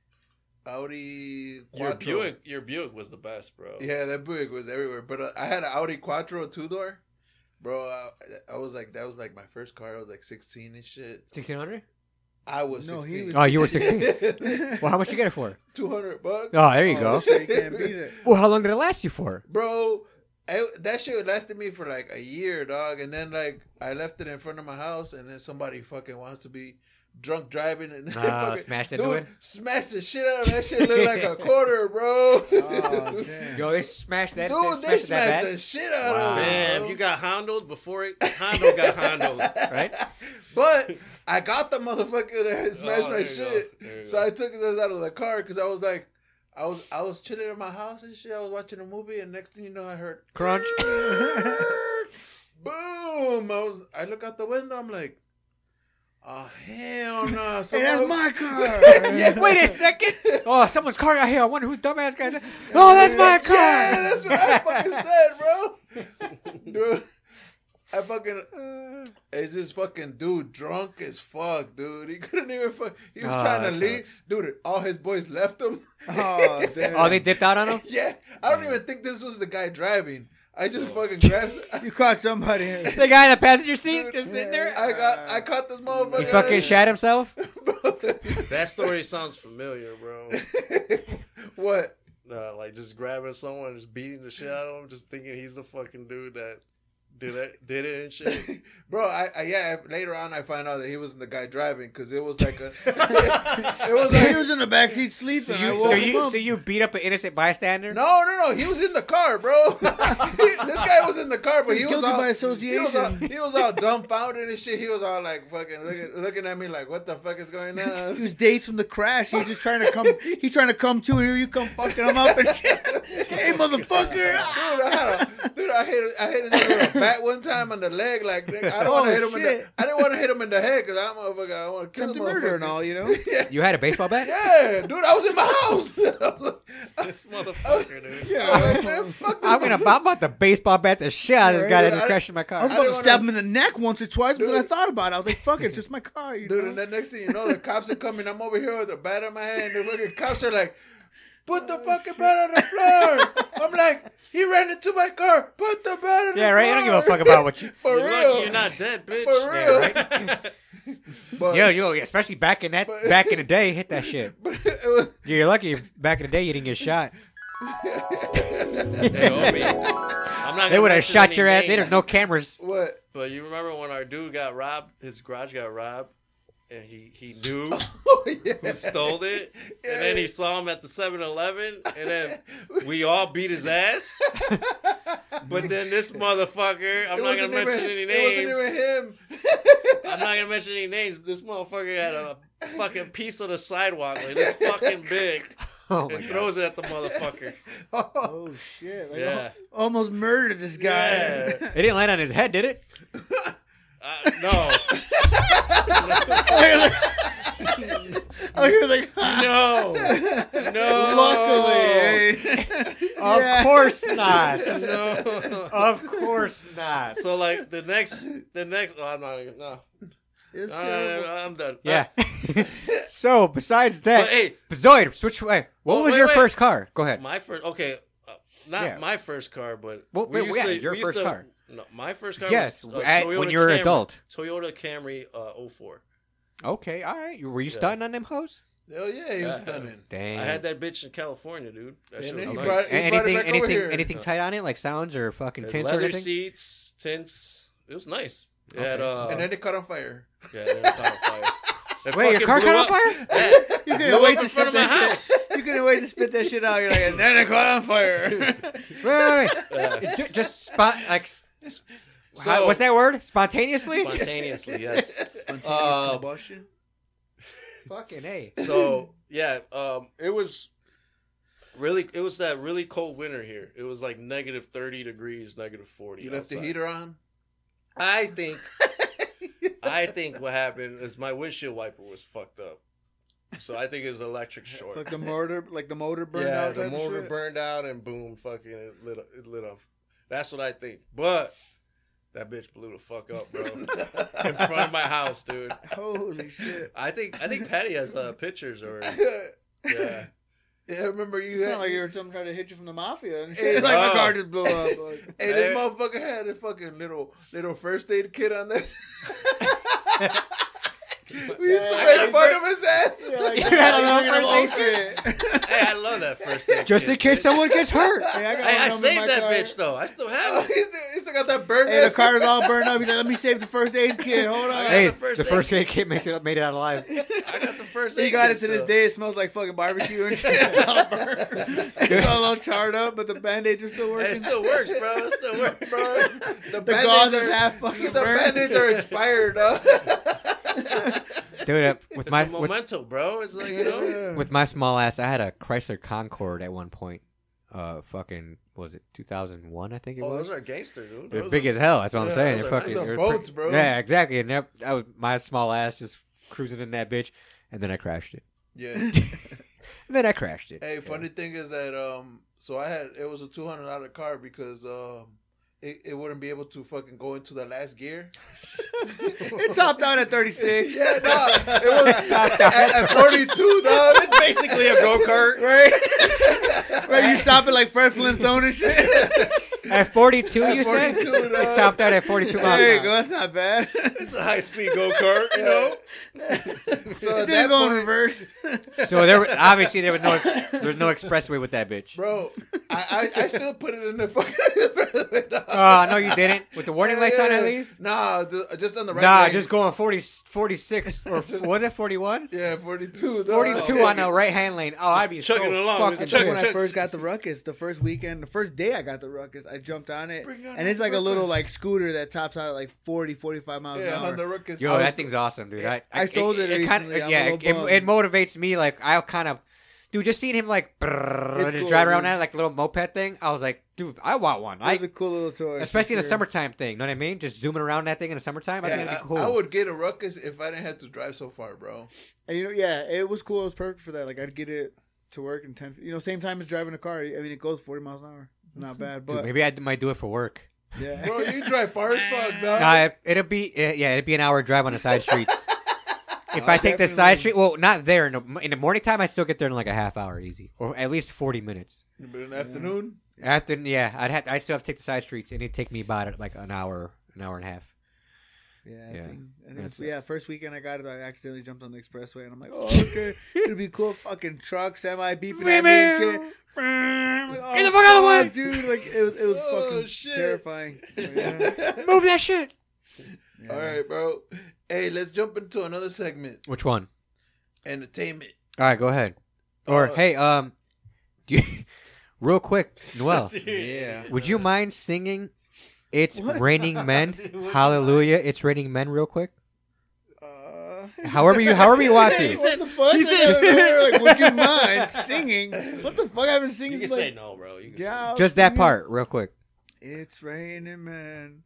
Speaker 2: Audi.
Speaker 4: Your
Speaker 2: Quattro.
Speaker 4: Buick, your Buick was the best, bro.
Speaker 2: Yeah, that Buick was everywhere. But uh, I had an Audi Quattro two door, bro. I, I was like, that was like my first car. I was like sixteen and shit.
Speaker 1: Sixteen hundred.
Speaker 2: I was
Speaker 3: No, he
Speaker 2: sixteen.
Speaker 1: Oh, you were sixteen.
Speaker 2: Two
Speaker 1: well, how much you get it for?
Speaker 2: hundred bucks,
Speaker 1: Oh, there you
Speaker 3: Oh,
Speaker 1: go.
Speaker 3: shit, you can't beat it.
Speaker 1: Well, how long did it last you for?
Speaker 2: bro. I, that shit lasted me for like a year, dog. And then like I left it in front of my house, and then somebody fucking wants to be drunk driving and
Speaker 1: Ah,
Speaker 2: fucking-
Speaker 1: smashed
Speaker 2: dude,
Speaker 1: into it?
Speaker 2: smash the shit out of that shit. Look like a quarter, bro.
Speaker 3: Oh, damn.
Speaker 1: Yo, they smashed that.
Speaker 2: Dude, they smashed the shit out
Speaker 1: Wow.
Speaker 2: of it.
Speaker 4: Damn,
Speaker 2: bro.
Speaker 4: you got Hondos before it, Hondo got Hondos.
Speaker 1: right?
Speaker 2: But I got the motherfucker that had smashed
Speaker 4: Oh,
Speaker 2: my
Speaker 4: there you go.
Speaker 2: shit.
Speaker 4: There you
Speaker 2: So
Speaker 4: go.
Speaker 2: I took his ass out of the car because I was like, I was I was chilling in my house and shit. I was watching a movie, and next thing you know, I heard
Speaker 3: Crunch.
Speaker 2: boom. I was I look out the window. I'm like, oh hell no!
Speaker 3: Hey, that's my car.
Speaker 1: Yeah, wait a second. Oh, someone's car out here. I wonder who dumbass guy. that- Oh, that's my car.
Speaker 2: Yeah, that's what I fucking said, bro. Dude, I fucking is this fucking dude drunk as fuck, dude. He couldn't even fuck. He was
Speaker 1: Ah,
Speaker 2: trying to
Speaker 1: that
Speaker 2: leave, dude. All his boys left him.
Speaker 3: Oh, damn.
Speaker 1: Oh, they dipped out on him.
Speaker 2: yeah, I don't even think this was the guy driving. I just fucking grabbed.
Speaker 3: you caught somebody.
Speaker 1: The guy in the passenger seat
Speaker 2: Dude,
Speaker 1: just sitting there.
Speaker 2: I got, I caught this motherfucker.
Speaker 1: He fucking shat himself.
Speaker 4: That story sounds familiar, bro.
Speaker 2: what?
Speaker 4: Nah, like just grabbing someone, just beating the shit out of him, just thinking he's the fucking dude that did it, did it and shit.
Speaker 2: Bro, I, I yeah. Later on, I find out that he wasn't the guy driving because it was like a, it was
Speaker 3: he
Speaker 2: like
Speaker 3: was in the backseat sleeping.
Speaker 1: So
Speaker 3: I
Speaker 1: you,
Speaker 3: woke
Speaker 1: so
Speaker 3: him
Speaker 1: you,
Speaker 3: up.
Speaker 1: so you beat up an innocent bystander.
Speaker 2: No, no, no. He was in the car, bro. He- this guy was in the car, but he
Speaker 3: He's
Speaker 2: was,
Speaker 3: guilty
Speaker 2: all,
Speaker 3: by
Speaker 2: he was all
Speaker 3: association.
Speaker 2: he was all dumbfounded and shit. He was all like fucking looking, looking at me like, what the fuck is going
Speaker 3: He
Speaker 2: on?
Speaker 3: was dates from the crash. He was just trying to come. He's trying to come to. and Here you come fucking him up and shit. hey,
Speaker 2: Dude,
Speaker 3: motherfucker!
Speaker 2: I, had a, dude, I hit I hit his little bat one time on the leg. Like nigga, I don't want to
Speaker 3: Oh,
Speaker 2: hit him. In
Speaker 3: shit.
Speaker 2: the, I didn't want to hit him in the head because I'm a fucking I want to kill
Speaker 3: Attempt
Speaker 2: him.
Speaker 3: to murder and all, you know.
Speaker 1: You had a baseball bat.
Speaker 2: Yeah, dude, I was in my house. I was like,
Speaker 4: this motherfucker, dude.
Speaker 2: I was like, man, fuck this
Speaker 1: I'm gonna, I'm about to baseball bat the shit out of this guy that just crashed in my
Speaker 3: I was
Speaker 1: car.
Speaker 3: about to
Speaker 2: didn't wanna-
Speaker 3: stab him in the neck once or twice, but then I
Speaker 2: Dude.
Speaker 3: thought about it. I was like, "Fuck it, it's just my car." You
Speaker 2: Dude,
Speaker 3: know?
Speaker 2: and then next thing you know, the cops are coming. I'm over here with a bat on my head, and the fucking cops are like, "Put
Speaker 3: Oh,
Speaker 2: the fucking bat on the floor." I'm like, "He ran into my car. Put the bat on the floor."
Speaker 1: Yeah, right. I don't give a fuck about what you.
Speaker 2: For
Speaker 4: You're
Speaker 2: real,
Speaker 4: lucky you're not dead, bitch.
Speaker 2: For real. But,
Speaker 1: Yo, yo, especially back in that
Speaker 2: But-
Speaker 1: back in the day, hit that shit.
Speaker 2: but it was,
Speaker 1: You're lucky back in the day you didn't get shot.
Speaker 4: Hey, homie, I'm not
Speaker 1: They
Speaker 4: gonna
Speaker 1: would have
Speaker 4: mention
Speaker 1: shot
Speaker 4: any
Speaker 1: your ass. They
Speaker 4: names,
Speaker 1: There's no cameras.
Speaker 2: what?
Speaker 4: But you remember when our dude got robbed? His garage got robbed, and he he knew
Speaker 2: Oh yeah.
Speaker 4: who stole it, and then he saw him at the 7-Eleven, and then we all beat his ass. But then this motherfucker, I'm
Speaker 2: It
Speaker 4: not gonna
Speaker 2: wasn't
Speaker 4: mention
Speaker 2: even-
Speaker 4: any
Speaker 2: It
Speaker 4: names.
Speaker 2: wasn't even him.
Speaker 4: I'm not gonna mention any names. but This motherfucker had a fucking piece of the sidewalk like this fucking big
Speaker 1: Oh my
Speaker 4: and
Speaker 1: god.
Speaker 4: throws it at the motherfucker.
Speaker 3: oh shit! Like,
Speaker 4: Yeah.
Speaker 3: almost murdered this guy.
Speaker 4: Yeah.
Speaker 1: It didn't land on his head, did it?
Speaker 4: Uh, no,
Speaker 3: I Oh, was like,
Speaker 4: no, no.
Speaker 1: eh?
Speaker 3: luckily.
Speaker 1: Of
Speaker 3: Yeah.
Speaker 1: course not.
Speaker 4: no.
Speaker 1: Of course not.
Speaker 4: So uh, like the next, the next. Oh, I'm not. No,
Speaker 3: It's
Speaker 4: Uh,
Speaker 3: terrible.
Speaker 4: I'm done. Uh,
Speaker 1: yeah. so besides that,
Speaker 4: But hey,
Speaker 1: Zoid, switch way. What
Speaker 4: Oh,
Speaker 1: was
Speaker 4: wait,
Speaker 1: your
Speaker 4: wait.
Speaker 1: first car? Go ahead.
Speaker 4: my first. Okay, uh, not
Speaker 1: Yeah.
Speaker 4: my first car, but
Speaker 1: Well, wait, yeah, your
Speaker 4: used
Speaker 1: first car.
Speaker 4: No, my first car.
Speaker 1: Yes,
Speaker 4: was, uh,
Speaker 1: at-
Speaker 4: Toyota
Speaker 1: when you were an
Speaker 4: Camry-
Speaker 1: adult.
Speaker 4: Toyota Camry uh, 04.
Speaker 1: Okay, all right. You- Were you
Speaker 4: Yeah.
Speaker 1: stunting on them hoes?
Speaker 2: Oh yeah, he was
Speaker 4: Yeah.
Speaker 2: stunning.
Speaker 1: Dang.
Speaker 4: I had that bitch in California, dude. That shit
Speaker 2: And then
Speaker 4: was
Speaker 1: Okay.
Speaker 2: you
Speaker 4: nice.
Speaker 1: And
Speaker 2: brought- brought it
Speaker 1: anything,
Speaker 2: back over
Speaker 1: anything,
Speaker 2: here.
Speaker 1: anything tight on it, like sounds or fucking
Speaker 4: It had
Speaker 1: tints or
Speaker 4: leather
Speaker 1: anything.
Speaker 4: seats, tints. It was nice. It
Speaker 1: Okay.
Speaker 4: had uh,
Speaker 2: And then it caught on fire.
Speaker 4: yeah, it had caught on fire.
Speaker 1: Wait,
Speaker 4: It
Speaker 1: your
Speaker 4: fucking
Speaker 1: car
Speaker 4: blew
Speaker 1: caught on
Speaker 4: up.
Speaker 1: fire?
Speaker 4: Yeah,
Speaker 3: You
Speaker 4: blew
Speaker 3: couldn't wait
Speaker 4: up in
Speaker 3: to
Speaker 4: front
Speaker 3: spit
Speaker 4: of my
Speaker 3: that
Speaker 4: house.
Speaker 3: shit. You couldn't wait to spit that shit out. You're like, and then it caught on fire.
Speaker 1: Wait, wait,
Speaker 4: Yeah.
Speaker 1: wait. Ju- Just spot like. s- how-
Speaker 4: So-
Speaker 1: what's that word? Spontaneously.
Speaker 4: Spontaneously, yes. Um,
Speaker 3: Spontaneous combustion.
Speaker 1: Fucking a.
Speaker 4: So yeah, um, it was really it was that really cold winter here. It was like negative thirty degrees, negative forty.
Speaker 2: You left the
Speaker 4: outside.
Speaker 2: heater on.
Speaker 4: I think I think what happened is my windshield wiper was fucked up. So I think it was electric short.
Speaker 3: It's like the motor, like the motor burned
Speaker 4: yeah,
Speaker 3: out.
Speaker 4: the
Speaker 3: type of
Speaker 4: motor
Speaker 3: shit.
Speaker 4: burned out and boom, fucking it lit it lit off. That's what I think. But that bitch blew the fuck up, bro. In front of my house, dude.
Speaker 3: Holy shit!
Speaker 4: I think I think Patty has uh, pictures or
Speaker 2: yeah,
Speaker 4: yeah.
Speaker 2: I remember you.
Speaker 3: You sound
Speaker 2: Had,
Speaker 3: like you were trying to hit you from the mafia and
Speaker 2: Hey,
Speaker 3: shit. like
Speaker 4: no.
Speaker 3: my car just blew up. Like,
Speaker 2: Hey, this
Speaker 4: Hey.
Speaker 2: motherfucker had a fucking little little first aid kit on that. we used to
Speaker 3: Yeah.
Speaker 2: make fun of his ass.
Speaker 3: you're like,
Speaker 1: You had
Speaker 3: "You're
Speaker 1: a
Speaker 3: gonna
Speaker 1: little
Speaker 3: blow shit."
Speaker 4: Hey, I love that first aid.
Speaker 1: Just in
Speaker 4: kit,
Speaker 1: case
Speaker 4: bitch.
Speaker 1: someone gets hurt.
Speaker 3: Hey, I, got
Speaker 4: Hey,
Speaker 3: one
Speaker 4: I
Speaker 3: of them in my
Speaker 4: saved that
Speaker 3: car.
Speaker 4: bitch though. I still have it.
Speaker 2: he still- he still got that burn.
Speaker 3: Hey, the
Speaker 2: ass-
Speaker 3: car's all burned up. He's like, let me save the first aid kit. Hold on.
Speaker 4: I got
Speaker 1: Hey,
Speaker 4: the first
Speaker 1: the first
Speaker 4: aid
Speaker 1: kid, kid makes it up, made it out alive.
Speaker 4: I got the first.
Speaker 3: He
Speaker 4: egg
Speaker 3: got
Speaker 4: is
Speaker 3: us to this
Speaker 4: the-
Speaker 3: day. It smells like fucking barbecue and shit. It's all burnt. It's all, all charred up, but the band-aids are still
Speaker 4: And
Speaker 3: working.
Speaker 4: it still works, bro. It still works, bro.
Speaker 2: The,
Speaker 3: the gauze is half fucking
Speaker 2: the
Speaker 3: burnt.
Speaker 2: band-aids are expired, huh?
Speaker 1: Dude, uh, with
Speaker 4: It's
Speaker 1: my
Speaker 4: a
Speaker 1: with,
Speaker 4: memento, bro. It's like you know.
Speaker 3: Yeah.
Speaker 1: with my small ass, I had a Chrysler Concorde at one point. Uh, fucking was it 2001? I think it
Speaker 4: Oh,
Speaker 1: was.
Speaker 4: those are gangster, dude.
Speaker 1: They're
Speaker 4: Those
Speaker 1: big
Speaker 4: are-
Speaker 1: as hell. That's what I'm
Speaker 4: Yeah,
Speaker 1: saying.
Speaker 4: those
Speaker 1: They're
Speaker 4: are-
Speaker 1: fucking
Speaker 4: those
Speaker 2: are
Speaker 1: they're
Speaker 2: boats, bro.
Speaker 1: Yeah, exactly. And that, that was my small ass just cruising in that bitch, and then I crashed it.
Speaker 2: yeah.
Speaker 1: And then I crashed it.
Speaker 2: Hey,
Speaker 1: Yeah.
Speaker 2: funny thing is that um, so I had it was a two hundred dollar car because um, it, it wouldn't be able to fucking go into the last gear.
Speaker 3: it topped out at 36.
Speaker 2: Yeah, no, it was
Speaker 1: Topped
Speaker 2: at,
Speaker 1: out.
Speaker 2: at forty two, dog.
Speaker 4: It's basically a go kart.
Speaker 3: Right? right, you stop it like Fred Flintstone and shit.
Speaker 1: At 42, you
Speaker 2: At
Speaker 1: said?
Speaker 2: 42,
Speaker 1: I
Speaker 2: dog.
Speaker 1: topped out at 42 miles.
Speaker 3: There you
Speaker 1: an
Speaker 3: go.
Speaker 1: hour.
Speaker 3: That's not bad.
Speaker 4: It's a high speed go kart, you know.
Speaker 2: So
Speaker 3: it
Speaker 2: at
Speaker 3: didn't
Speaker 2: that
Speaker 3: go
Speaker 2: point,
Speaker 3: in reverse.
Speaker 1: So there, were- obviously there was no, there's no expressway with that bitch.
Speaker 2: bro, I, I I still put it in the fucking.
Speaker 1: Uh, no, you didn't. With the warning lights on, at least.
Speaker 2: Nah, ju- just on the right.
Speaker 1: Nah,
Speaker 2: lane.
Speaker 1: just going 40, 46 or
Speaker 2: Just-
Speaker 1: was it 41?
Speaker 2: Yeah, forty two.
Speaker 1: 42 on the right hand lane. Oh, I'd be so
Speaker 4: chugging along,
Speaker 1: fucking
Speaker 4: chugging
Speaker 3: when
Speaker 1: pissed.
Speaker 3: I first got the ruckus, the first weekend, the first day I got the ruckus, I jumped on it.
Speaker 2: Bring on
Speaker 3: and it's
Speaker 2: the
Speaker 3: like a little
Speaker 2: ruckus.
Speaker 3: like scooter that tops out at like 40, 45 miles
Speaker 2: Yeah,
Speaker 3: an hour.
Speaker 2: on the ruckus.
Speaker 1: Yo, that thing's awesome, dude. I,
Speaker 3: I sold it
Speaker 1: kinda-
Speaker 3: recently. I'm a
Speaker 1: yeah,
Speaker 3: little
Speaker 1: it, it,
Speaker 3: bummed.
Speaker 1: it motivates me. Like I'll kind of, dude. Just seeing him like brrrr,
Speaker 3: It's
Speaker 1: just
Speaker 3: cool,
Speaker 1: drive around
Speaker 3: dude.
Speaker 1: that like little moped thing. I was like, dude, I want one.
Speaker 3: It was a
Speaker 1: I,
Speaker 3: cool little toy. for
Speaker 1: especially in the
Speaker 3: sure.
Speaker 1: summertime thing. You know what I mean? Just zooming around that thing in the summertime. I
Speaker 2: Yeah,
Speaker 1: think it'd
Speaker 2: I-
Speaker 1: be cool.
Speaker 2: I, would get a ruckus if I didn't have to drive so far, bro.
Speaker 3: And you know, yeah, it was cool. It was perfect for that. Like I'd get it to work in ten. You know, same time as driving a car. I mean, it goes forty miles an hour. It's not bad,
Speaker 1: Dude,
Speaker 3: but
Speaker 1: maybe I d- might do it for work.
Speaker 3: yeah,
Speaker 2: Bro, you drive far as fuck, dog.
Speaker 1: Nah, it, it'll be uh, yeah, it'll be an hour drive on the side streets. if I take the side
Speaker 3: definitely.
Speaker 1: street, well, not there in the, in the morning time, I still get there in like a half hour easy, or at least forty minutes.
Speaker 2: But in the afternoon,
Speaker 1: After yeah, I'd have I still have to take the side streets, and it'd take me about like an hour, an hour and a half.
Speaker 3: yeah, I
Speaker 1: Yeah.
Speaker 3: think- I think
Speaker 1: That's
Speaker 3: it's-
Speaker 1: it.
Speaker 3: yeah. First weekend I got it, I accidentally jumped on the expressway, and I'm like, oh, okay, it'd be cool. Fucking truck, semi beeping at me and shit. I'm like,
Speaker 1: Get the
Speaker 3: oh,
Speaker 1: fuck out of the way!
Speaker 3: fuck, dude! Like it was, it was
Speaker 2: Oh,
Speaker 3: fucking
Speaker 2: shit.
Speaker 3: terrifying. Like, yeah.
Speaker 1: Move that shit.
Speaker 3: Yeah.
Speaker 2: All right, bro. Hey, let's jump into another segment.
Speaker 1: Which one?
Speaker 2: Entertainment.
Speaker 1: All right, go ahead. Or
Speaker 2: Uh,
Speaker 1: hey, um, do you, real quick, Noel,
Speaker 4: yeah.
Speaker 1: would you mind singing "It's
Speaker 3: What?
Speaker 1: Raining Men"?
Speaker 4: Dude, what the
Speaker 1: Hallelujah! It's raining men. Real quick.
Speaker 3: Uh,
Speaker 1: However you, however you want
Speaker 3: Hey,
Speaker 1: to.
Speaker 3: what the fuck?
Speaker 4: he said-
Speaker 3: They were like, would you mind singing? What the fuck? I haven't singing.
Speaker 4: You can
Speaker 3: like,
Speaker 4: say no, bro. You can
Speaker 3: Yeah,
Speaker 1: Just that part, real quick.
Speaker 3: It's raining, man.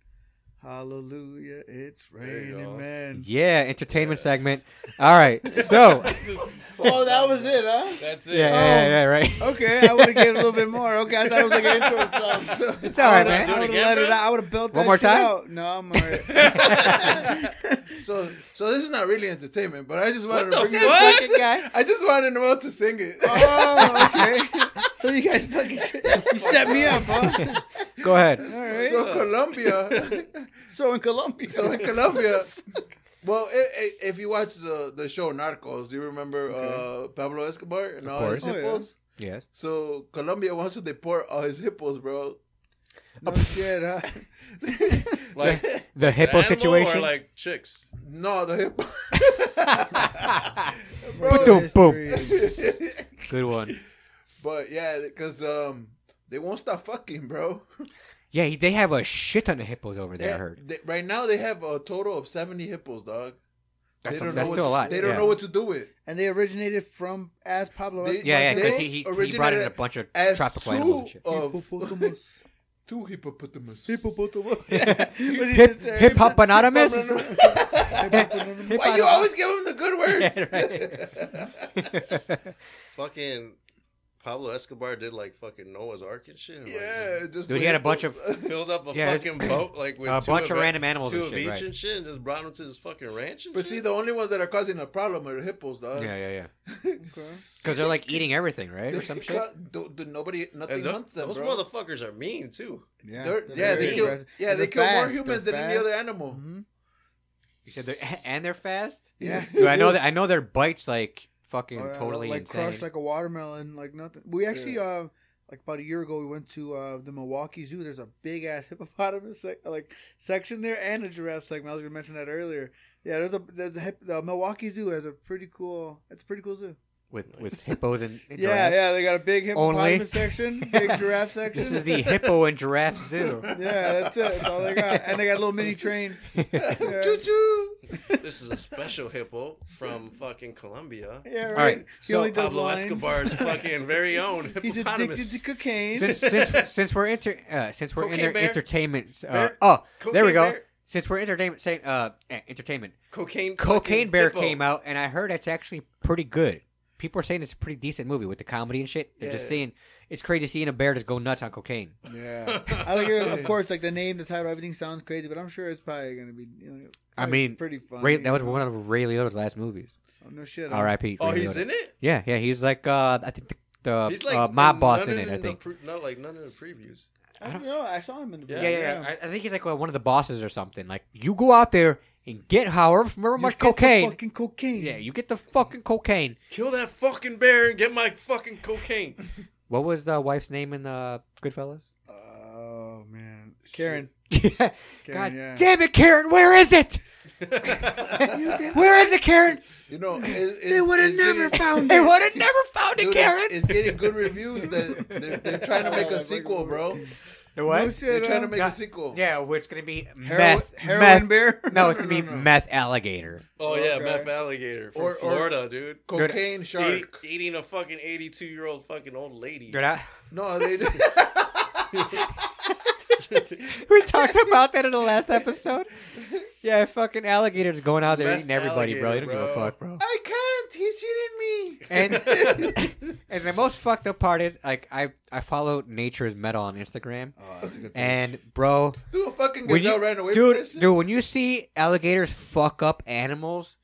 Speaker 3: Hallelujah. It's
Speaker 4: There you go.
Speaker 3: raining, man.
Speaker 1: Yeah, entertainment segment. All right, so yeah,
Speaker 3: Oh, that was it, huh?
Speaker 4: That's it.
Speaker 1: yeah, yeah, yeah, right.
Speaker 3: Okay, I would have given a little bit more. Okay, I thought it was like an intro song. So
Speaker 1: It's all right,
Speaker 3: I
Speaker 1: man.
Speaker 3: would have
Speaker 4: again,
Speaker 3: let it
Speaker 4: bro?
Speaker 3: out. I would have built
Speaker 1: One
Speaker 3: that
Speaker 1: more
Speaker 3: shit
Speaker 1: time?
Speaker 3: out. No, I'm all right.
Speaker 2: So, so this is not really entertainment, but I just wanted
Speaker 4: What
Speaker 2: to
Speaker 4: the
Speaker 2: bring
Speaker 4: fuck?
Speaker 2: it.
Speaker 1: Fucking guy.
Speaker 2: I just wanted Noel to sing it.
Speaker 3: oh, okay. So you guys fucking you stepped me up, huh?
Speaker 1: Go ahead.
Speaker 3: All right.
Speaker 2: so Colombia.
Speaker 3: So in Colombia.
Speaker 2: so in Colombia. Well, i i if you watch the the show Narcos, do you remember uh, Pablo Escobar and
Speaker 1: Of
Speaker 2: all his
Speaker 3: course. Oh, yeah.
Speaker 2: hippos?
Speaker 1: Yes.
Speaker 2: So Colombia wants to deport all his hippos, bro.
Speaker 3: No shit, huh?
Speaker 4: Like
Speaker 1: The hippo
Speaker 4: animal
Speaker 1: situation.
Speaker 4: or like chicks.
Speaker 2: No, the hippo.
Speaker 1: Boom,
Speaker 3: Bro,
Speaker 1: boom.
Speaker 3: history.
Speaker 1: Good one.
Speaker 2: but yeah, because um, they won't stop fucking, bro.
Speaker 1: Yeah, he- they have a shit ton of hippos over there. I
Speaker 2: Yeah,
Speaker 1: heard.
Speaker 2: they- right now they have a total of seventy hippos, dog.
Speaker 1: That's,
Speaker 2: they
Speaker 1: a,
Speaker 2: don't
Speaker 1: that's
Speaker 2: know
Speaker 1: still a
Speaker 2: what,
Speaker 1: lot.
Speaker 2: They don't
Speaker 1: yeah.
Speaker 2: know what to do with.
Speaker 3: and they originated from as Pablo
Speaker 2: They-
Speaker 3: Escobar.
Speaker 1: Yeah, yeah, because he, he,
Speaker 2: Martinez
Speaker 1: he brought in a
Speaker 2: originated
Speaker 1: bunch of
Speaker 2: As
Speaker 1: tropical
Speaker 2: two
Speaker 1: animals and shit.
Speaker 2: Of, two hippopotamus.
Speaker 3: Hippopotamus.
Speaker 1: Hip hip hopponotamus.
Speaker 2: Why you always give them the good words?
Speaker 1: Yeah, right.
Speaker 4: Fucking Pablo Escobar did like fucking Noah's Ark and shit. and, like,
Speaker 2: Yeah, just
Speaker 1: Dude,
Speaker 2: the
Speaker 1: he had a bunch of-
Speaker 2: hippos.
Speaker 4: Filled up a
Speaker 1: Yeah,
Speaker 4: fucking boat like with
Speaker 1: a
Speaker 4: two
Speaker 1: bunch of
Speaker 4: e-
Speaker 1: random animals
Speaker 4: two
Speaker 1: and
Speaker 4: of
Speaker 1: shit,
Speaker 4: each
Speaker 1: right.
Speaker 4: and shit, and just brought them to this fucking ranch. And
Speaker 2: But see,
Speaker 4: shit.
Speaker 2: the only ones that are causing a problem are the hippos, dog.
Speaker 1: yeah, yeah, yeah. Because they're like eating everything, right, or some shit.
Speaker 2: Do, do nobody, nothing
Speaker 4: And tho-
Speaker 2: hunts them,
Speaker 4: those
Speaker 2: bro.
Speaker 4: motherfuckers are mean too.
Speaker 3: Yeah,
Speaker 2: They're- yeah, they
Speaker 4: very
Speaker 2: kill.
Speaker 3: aggressive.
Speaker 2: Yeah,
Speaker 3: And
Speaker 2: they
Speaker 3: they're
Speaker 2: kill more
Speaker 3: fast,
Speaker 2: humans
Speaker 3: they're
Speaker 2: than any other
Speaker 3: fast.
Speaker 2: animal.
Speaker 3: Mhm.
Speaker 1: You said they're, and they're fast.
Speaker 3: Yeah.
Speaker 1: Dude, I know that I know their bites like fucking
Speaker 3: Or, uh,
Speaker 1: totally
Speaker 3: like
Speaker 1: insane.
Speaker 3: crushed like a watermelon, like nothing. We actually, uh, like about a year ago, we went to uh, the Milwaukee Zoo. There's a big ass hippopotamus sec- like section there and a giraffe segment. I was gonna mention that earlier. Yeah, there's a there's a hip, the Milwaukee Zoo has a pretty cool. It's a pretty cool zoo.
Speaker 1: with with
Speaker 4: Nice.
Speaker 1: hippos and, and
Speaker 3: Yeah,
Speaker 1: giraffes.
Speaker 3: yeah, they got a big
Speaker 1: Only.
Speaker 3: hippopotamus section, big giraffe section.
Speaker 1: This is the hippo and giraffe zoo.
Speaker 3: yeah, that's it. That's all they got, and they got a little mini train.
Speaker 1: All
Speaker 3: Yeah,
Speaker 4: This is a special hippo from fucking Colombia.
Speaker 3: yeah right.
Speaker 1: right.
Speaker 3: He only
Speaker 4: So
Speaker 3: does
Speaker 4: Pablo
Speaker 3: lines.
Speaker 4: Escobar's fucking very own
Speaker 3: He's addicted
Speaker 4: hippopotamus.
Speaker 3: to cocaine.
Speaker 1: Since since since we're inter uh, since we're in
Speaker 4: Cocaine bear.
Speaker 1: entertainment. Uh,
Speaker 4: Bear.
Speaker 1: oh, there we
Speaker 4: Cocaine
Speaker 1: go.
Speaker 4: bear.
Speaker 1: Since we're entertainment, say, uh, eh, entertainment.
Speaker 4: Cocaine.
Speaker 1: Cocaine
Speaker 4: fucking
Speaker 1: Bear
Speaker 4: hippo.
Speaker 1: came out, and I heard it's actually pretty good. People are saying it's a pretty decent movie with the comedy and shit. They're just
Speaker 4: Yeah.
Speaker 1: seeing it's crazy seeing a bear just go nuts on cocaine.
Speaker 3: yeah, I like it. Of course, like the name, the title, everything sounds crazy, but I'm sure it's probably gonna be. You know,
Speaker 1: I
Speaker 3: probably
Speaker 1: mean,
Speaker 3: pretty funny.
Speaker 1: Ray, that was one of Ray Liotta's last movies.
Speaker 3: Oh, no shit. huh?
Speaker 1: R.I.P.
Speaker 4: Oh,
Speaker 1: Ray
Speaker 4: he's
Speaker 1: Liotta.
Speaker 4: in it.
Speaker 1: Yeah, yeah, he's like uh, I think the, the
Speaker 4: He's like
Speaker 1: uh, mob boss
Speaker 4: none
Speaker 1: in it. I
Speaker 4: the
Speaker 1: think.
Speaker 4: pre- not like none of the previews.
Speaker 3: I
Speaker 1: I
Speaker 3: don't know. I saw him in the
Speaker 4: Yeah,
Speaker 1: Yeah, yeah, yeah. I, I think he's like uh, one of the bosses or something. Like you go out there and get however however
Speaker 3: You
Speaker 1: much
Speaker 3: get the
Speaker 1: cocaine.
Speaker 3: Fucking cocaine.
Speaker 1: Yeah, you get the fucking cocaine.
Speaker 4: Kill that fucking bear and get my fucking cocaine.
Speaker 1: What was the wife's name in uh, Goodfellas?
Speaker 3: Oh man, Karen.
Speaker 1: God
Speaker 3: Karen, yeah.
Speaker 1: damn it, Karen! Where is it? Where is it, Karen?
Speaker 2: You know, it, it's,
Speaker 3: They would've
Speaker 2: it's
Speaker 3: never
Speaker 2: getting-
Speaker 3: found
Speaker 1: They would have never found it,
Speaker 2: dude,
Speaker 1: Karen.
Speaker 2: It's getting good reviews. That they're, they're trying to make
Speaker 3: Oh,
Speaker 2: a sequel, bro.
Speaker 1: The
Speaker 3: No
Speaker 2: They're
Speaker 3: shit.
Speaker 2: trying to
Speaker 3: huh?
Speaker 2: make a
Speaker 1: Got-
Speaker 2: sequel.
Speaker 1: Yeah, which gonna be
Speaker 3: Heroin-
Speaker 1: meth.
Speaker 3: heroin
Speaker 1: meth-
Speaker 3: bear?
Speaker 1: No, it's gonna
Speaker 3: No,
Speaker 1: be
Speaker 3: no, no.
Speaker 1: meth alligator.
Speaker 4: oh yeah,
Speaker 3: Okay.
Speaker 4: meth alligator from
Speaker 2: Or- or-
Speaker 4: Florida, dude.
Speaker 2: Cocaine
Speaker 4: Eating,
Speaker 2: shark.
Speaker 4: eating a fucking eighty-two-year-old fucking old lady.
Speaker 1: Dude, I-
Speaker 2: No, they did.
Speaker 1: we talked about that in the last episode. Yeah, fucking alligators going out there
Speaker 4: Meth
Speaker 1: eating everybody, bro. They don't
Speaker 4: alligator,
Speaker 1: give a
Speaker 4: bro.
Speaker 1: fuck, bro.
Speaker 2: I can't. He's hitting me.
Speaker 1: And and the most fucked up part is like I I follow Nature's Metal on Instagram,
Speaker 3: Oh, that's a good
Speaker 1: and bro,
Speaker 2: Dude, a fucking
Speaker 1: when
Speaker 2: gazelle
Speaker 1: you-
Speaker 2: ran away from
Speaker 1: dude,
Speaker 2: this shit.
Speaker 1: dude, when you see alligators fuck up animals,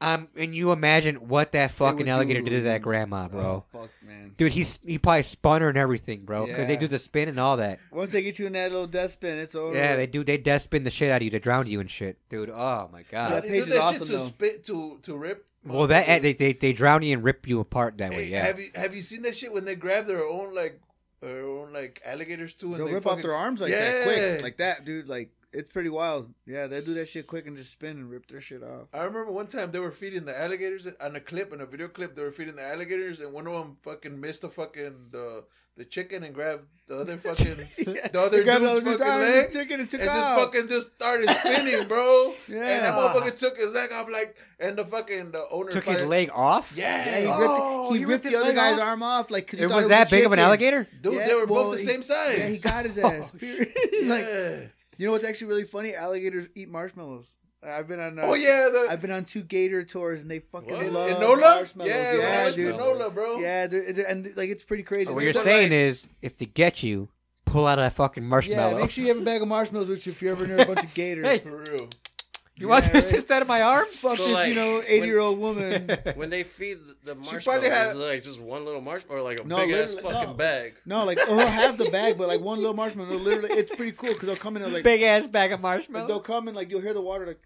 Speaker 1: um, and you imagine what that
Speaker 3: would
Speaker 1: fucking
Speaker 3: do
Speaker 1: alligator
Speaker 3: to
Speaker 1: did to
Speaker 3: you.
Speaker 1: that grandma,
Speaker 3: Oh,
Speaker 1: bro.
Speaker 3: fuck, man.
Speaker 1: Dude, he's he probably spun her and everything, bro, because they
Speaker 3: Yeah.
Speaker 1: do the spin and all that.
Speaker 3: Once they get you in that little deathspin, it's over.
Speaker 1: Yeah, they do. They death spin the shit out of you to drown you and shit, dude. Oh my god.
Speaker 3: That
Speaker 2: They
Speaker 3: page
Speaker 2: do
Speaker 3: is
Speaker 2: that
Speaker 3: awesome,
Speaker 2: shit to
Speaker 3: though.
Speaker 2: spit to to rip.
Speaker 1: Well, that they, they they drown you and rip you apart that way.
Speaker 2: Hey,
Speaker 1: Yeah.
Speaker 2: Have you have you seen that shit when they grab their own like their own like alligators too? And
Speaker 3: They'll
Speaker 2: they
Speaker 3: rip off
Speaker 2: fucking-
Speaker 3: their arms like that
Speaker 2: Yeah.
Speaker 3: quick, like that, dude. Like it's pretty wild. Yeah, they do that shit quick and just spin and rip their shit off.
Speaker 2: I remember one time they were feeding the alligators on a clip, on a video clip. They were feeding the alligators, and one of them fucking missed the fucking the the chicken and grabbed the other fucking the other
Speaker 3: They grabbed
Speaker 2: dude's
Speaker 3: all of your
Speaker 2: fucking
Speaker 3: time,
Speaker 2: leg
Speaker 3: just took it and took
Speaker 2: and
Speaker 3: off.
Speaker 2: just fucking just started spinning, bro.
Speaker 3: Yeah.
Speaker 2: And that motherfucker took his leg off, like, and the fucking the owner
Speaker 1: Took
Speaker 2: fired-
Speaker 1: his leg off.
Speaker 2: Yeah,
Speaker 3: Yeah, he ripped,
Speaker 1: Oh,
Speaker 3: he
Speaker 1: he
Speaker 3: ripped
Speaker 1: ripped
Speaker 3: the
Speaker 1: his
Speaker 3: other
Speaker 1: leg
Speaker 3: guy's
Speaker 1: off?
Speaker 3: arm off. Like 'cause he
Speaker 1: It
Speaker 3: thought
Speaker 1: was
Speaker 3: a
Speaker 1: that big of an
Speaker 3: chicken.
Speaker 1: alligator.
Speaker 2: dude,
Speaker 3: Yeah,
Speaker 2: they were
Speaker 3: well,
Speaker 2: both the
Speaker 3: he-
Speaker 2: same size.
Speaker 3: Yeah, he got his ass. like
Speaker 2: Yeah.
Speaker 3: you know what's actually really funny? Alligators eat marshmallows. I've been on. Uh,
Speaker 2: oh yeah, the,
Speaker 3: I've been on two gator tours and they fucking
Speaker 4: What?
Speaker 3: love
Speaker 2: Enola?
Speaker 3: marshmallows.
Speaker 2: Yeah,
Speaker 3: yeah,
Speaker 2: yeah
Speaker 4: Enola
Speaker 3: dude.
Speaker 4: too.
Speaker 2: Enola, bro.
Speaker 3: Yeah, they're, they're- and like it's pretty crazy.
Speaker 1: So
Speaker 3: They're
Speaker 1: what Oh, you're
Speaker 3: so-
Speaker 1: saying is, if they get you, pull out that fucking marshmallow.
Speaker 3: Yeah, make sure you have a bag of marshmallows with you if you're ever near a bunch of gators.
Speaker 1: Hey,
Speaker 2: For real.
Speaker 1: you want
Speaker 3: Yeah,
Speaker 1: this
Speaker 3: right.
Speaker 1: instead of my arm?
Speaker 3: Fuck
Speaker 4: So,
Speaker 3: this,
Speaker 4: like,
Speaker 3: you know,
Speaker 4: when-
Speaker 3: eighty-year-old woman.
Speaker 4: When they feed the
Speaker 2: She
Speaker 4: marshmallows,
Speaker 2: probably had-
Speaker 4: it's like just one little marshmallow, or like a
Speaker 3: No,
Speaker 4: big ass
Speaker 3: literally-
Speaker 4: fucking
Speaker 3: no.
Speaker 4: bag.
Speaker 3: No, like oh, I'll have the bag, but like one little marshmallow. Literally, it's pretty cool because they'll come in and like,
Speaker 1: Big ass bag of
Speaker 3: like, they'll
Speaker 1: marshmallows.
Speaker 3: come and like you'll hear the water like,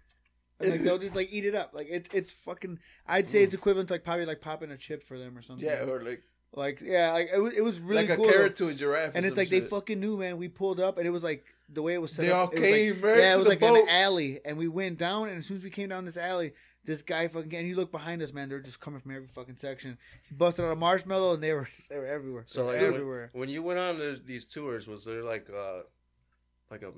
Speaker 3: and, like they'll just like eat it up. Like it's it's fucking. I'd say it's equivalent to like probably like popping a chip for them or something.
Speaker 2: Mm. Yeah, or like
Speaker 3: like yeah, like it was it was really
Speaker 2: like
Speaker 3: cool.
Speaker 2: a
Speaker 3: though.
Speaker 2: carrot to a giraffe.
Speaker 3: and
Speaker 2: or
Speaker 3: it's
Speaker 2: some
Speaker 3: like they
Speaker 2: shit.
Speaker 3: fucking knew, man. We pulled up, and it was like the way it was set
Speaker 2: They
Speaker 3: up.
Speaker 2: all
Speaker 3: it was, like-
Speaker 2: came right
Speaker 3: Yeah, it
Speaker 2: to
Speaker 3: was
Speaker 2: the
Speaker 3: like
Speaker 2: boat.
Speaker 3: an alley, and we went down, and as soon as we came down this alley, this guy fucking and you look behind us, man. They're just coming from every fucking section. He busted out a marshmallow, and they were they were everywhere.
Speaker 4: So
Speaker 3: They were
Speaker 4: like
Speaker 3: everywhere.
Speaker 4: When, when you went on those, these tours, was there like uh like a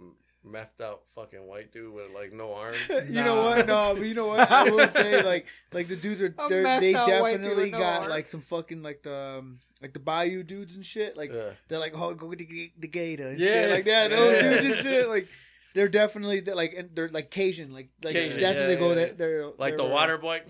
Speaker 4: methed out fucking white dude with like no arm?
Speaker 3: You know what? No, but you know what? I will say, like, like the dudes are
Speaker 1: A
Speaker 3: they're, they
Speaker 1: messed up white dude
Speaker 3: definitely
Speaker 1: with no
Speaker 3: got
Speaker 1: arm.
Speaker 3: like some fucking like the um, like the Bayou dudes and shit. Like
Speaker 4: Yeah.
Speaker 3: they're like, oh, go get the, ga- the gator and shit
Speaker 4: Yeah.
Speaker 3: like that. Those
Speaker 4: Yeah.
Speaker 3: dudes and shit like. They're definitely they're like and they're like Cajun, like like
Speaker 4: Cajun,
Speaker 3: that's what they
Speaker 4: yeah,
Speaker 3: go.
Speaker 4: yeah.
Speaker 3: They're, they're
Speaker 4: Like the
Speaker 3: they're- uh,
Speaker 4: water boy.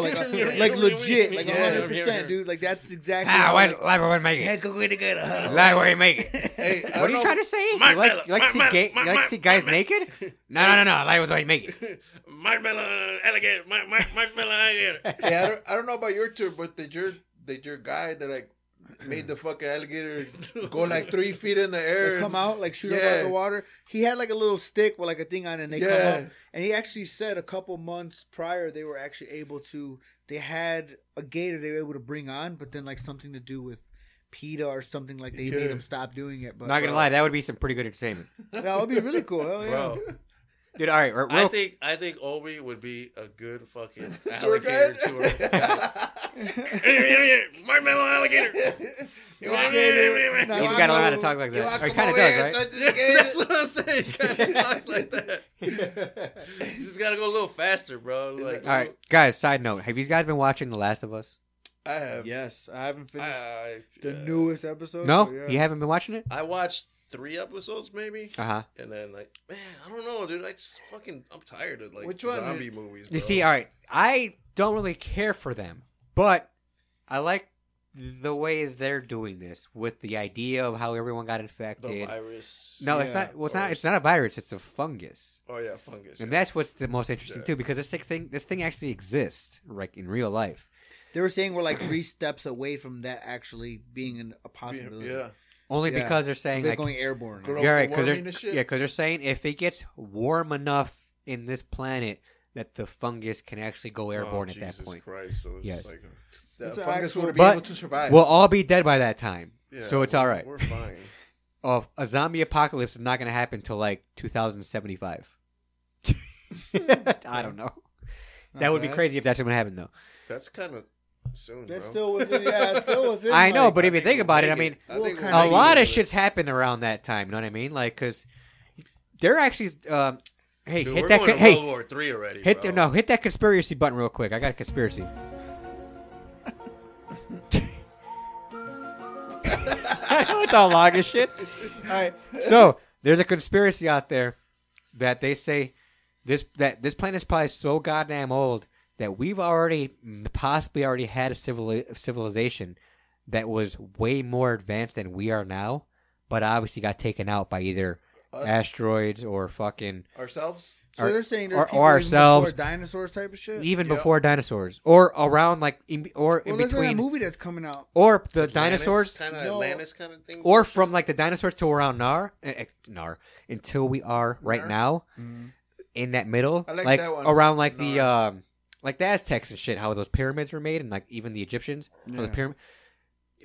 Speaker 3: like a- like legit, like hundred percent, dude. Like that's exactly.
Speaker 1: Ah,
Speaker 3: how,
Speaker 1: what
Speaker 3: like,
Speaker 1: life would make
Speaker 3: hey,
Speaker 1: it?
Speaker 3: go get the gator.
Speaker 1: Life would make it.
Speaker 2: Hey,
Speaker 1: What
Speaker 2: I
Speaker 1: are
Speaker 2: don't
Speaker 1: you
Speaker 2: know-
Speaker 1: trying to say? You
Speaker 4: My
Speaker 1: like you like
Speaker 4: mellow,
Speaker 1: see
Speaker 4: my-
Speaker 1: gay,
Speaker 4: my-
Speaker 1: you like
Speaker 4: my-
Speaker 1: see guys
Speaker 4: my-
Speaker 1: naked? No, no, no, no. Life would make it.
Speaker 4: Marshmallow alligator, mar- mar- marshmallow alligator.
Speaker 2: yeah, I don't, I don't know about your tour, but did your did your guy that like made the fucking alligator go like three feet in the air?
Speaker 3: They come out like shoot up
Speaker 2: Yeah.
Speaker 3: out of the water. He had like a little stick with like a thing on, it and they
Speaker 2: Yeah.
Speaker 3: come up. And he actually said a couple months prior they were actually able to. They had a gator they were able to bring on, but then like something to do with PETA or something like they made
Speaker 2: Yeah.
Speaker 3: him stop doing it. But
Speaker 1: Not gonna lie, that would be some pretty good entertainment.
Speaker 3: that would be really cool. Hell yeah.
Speaker 4: Bro,
Speaker 1: Dude, all right, real,
Speaker 4: I think I think Obi would be a good fucking
Speaker 2: Tour
Speaker 4: alligator
Speaker 2: guide?
Speaker 4: tour. My mental alligator.
Speaker 2: You want me
Speaker 1: he's
Speaker 2: No,
Speaker 1: got to
Speaker 2: I
Speaker 1: learn how to
Speaker 2: know.
Speaker 1: talk like
Speaker 2: You wanna
Speaker 1: that. Or he
Speaker 2: come
Speaker 1: kind of
Speaker 2: over here and
Speaker 1: does, right?
Speaker 2: touch this kid?
Speaker 4: That's what I'm saying. He Kinda talks like that. You just gotta go a little faster, bro. Like,
Speaker 1: All right, guys. Side note: Have you guys been watching The Last of Us?
Speaker 2: I have.
Speaker 3: yes, I haven't
Speaker 4: I,
Speaker 3: finished the
Speaker 4: yeah.
Speaker 3: newest episode.
Speaker 1: No,
Speaker 3: but Oh, yeah.
Speaker 1: you haven't been watching it.
Speaker 4: I watched three episodes maybe,
Speaker 1: Uh huh.
Speaker 4: and then like, man, I don't know, dude. I just fucking, I'm tired of like
Speaker 2: Which one?
Speaker 4: zombie movies. Bro.
Speaker 1: You see, all right, I don't really care for them, but I like the way they're doing this with the idea of how everyone got
Speaker 4: the
Speaker 1: infected.
Speaker 4: virus.
Speaker 1: No, it's
Speaker 3: Yeah,
Speaker 1: not. Well, it's not.
Speaker 4: or-
Speaker 1: It's not a virus. It's a fungus,
Speaker 4: Oh yeah, fungus.
Speaker 1: and
Speaker 4: yeah.
Speaker 1: that's what's the most interesting
Speaker 4: Yeah.
Speaker 1: too, because this thing, this thing actually exists, like in real life.
Speaker 3: They were saying we're like three steps away from that actually being an, a possibility.
Speaker 2: Yeah.
Speaker 1: Only
Speaker 3: Yeah.
Speaker 1: because they're saying
Speaker 3: They're
Speaker 1: like,
Speaker 3: going airborne.
Speaker 2: Grow-
Speaker 1: yeah, right, because
Speaker 2: warming
Speaker 1: they're
Speaker 2: and shit?
Speaker 1: yeah, 'cause they're saying if it gets warm enough in this planet that the fungus can actually go airborne
Speaker 4: oh,
Speaker 1: at
Speaker 4: Jesus
Speaker 1: that point.
Speaker 4: Christ! So it's
Speaker 1: Yes.
Speaker 4: like,
Speaker 2: The
Speaker 3: It's an
Speaker 2: fungus
Speaker 3: actual-
Speaker 2: would be
Speaker 1: But-
Speaker 2: able to survive.
Speaker 1: We'll all be dead by that time,
Speaker 4: yeah,
Speaker 1: so it's
Speaker 4: we're-
Speaker 1: all right.
Speaker 4: We're fine.
Speaker 1: Of a zombie apocalypse is not going to happen till like 2075. I don't know. That would be
Speaker 3: Alright.
Speaker 1: crazy if that's what happened though.
Speaker 4: That's kind of soon.
Speaker 3: That's
Speaker 4: bro.
Speaker 3: still within. Yeah, it's still within.
Speaker 1: I know,
Speaker 3: like-
Speaker 1: but if you think about it, I mean, a
Speaker 3: Kinda
Speaker 1: lot of
Speaker 4: shit.
Speaker 1: shit's happened around that time. You know what I mean? Like, cause they're actually, um, hey,
Speaker 4: Dude,
Speaker 1: hit
Speaker 4: we're
Speaker 1: that,
Speaker 4: going
Speaker 1: con-
Speaker 4: to
Speaker 1: hey,
Speaker 4: World War Three already.
Speaker 1: hit
Speaker 4: bro.
Speaker 1: the, no, hit that conspiracy button real quick. I got a conspiracy. I know it's all long as shit. All right, so there's a conspiracy out there that they say this that this planet's probably so goddamn old that we've already possibly already had a civil civilization that was way more advanced than we are now, but obviously got taken out by either
Speaker 2: Us,
Speaker 1: asteroids or fucking
Speaker 2: ourselves.
Speaker 3: so
Speaker 1: or-
Speaker 3: they're saying
Speaker 1: or-
Speaker 3: there's
Speaker 1: or
Speaker 3: people even
Speaker 1: ourselves.
Speaker 3: before dinosaurs type of shit.
Speaker 1: even
Speaker 2: Yeah.
Speaker 1: before dinosaurs or around like in, or
Speaker 3: well,
Speaker 1: in
Speaker 3: there's that
Speaker 1: between
Speaker 3: movie that's coming out.
Speaker 1: or the dinosaurs
Speaker 4: kind of
Speaker 3: No.
Speaker 4: Atlantis kind of thing,
Speaker 1: or from like the dinosaurs to around nar eh, eh, nar until we are right
Speaker 2: Nar.
Speaker 1: now in that middle
Speaker 2: I like that one.
Speaker 1: around like the
Speaker 2: Nar.
Speaker 1: um like the aztecs and shit how those pyramids were made and like even the egyptians how the
Speaker 3: Yeah.
Speaker 1: pyramid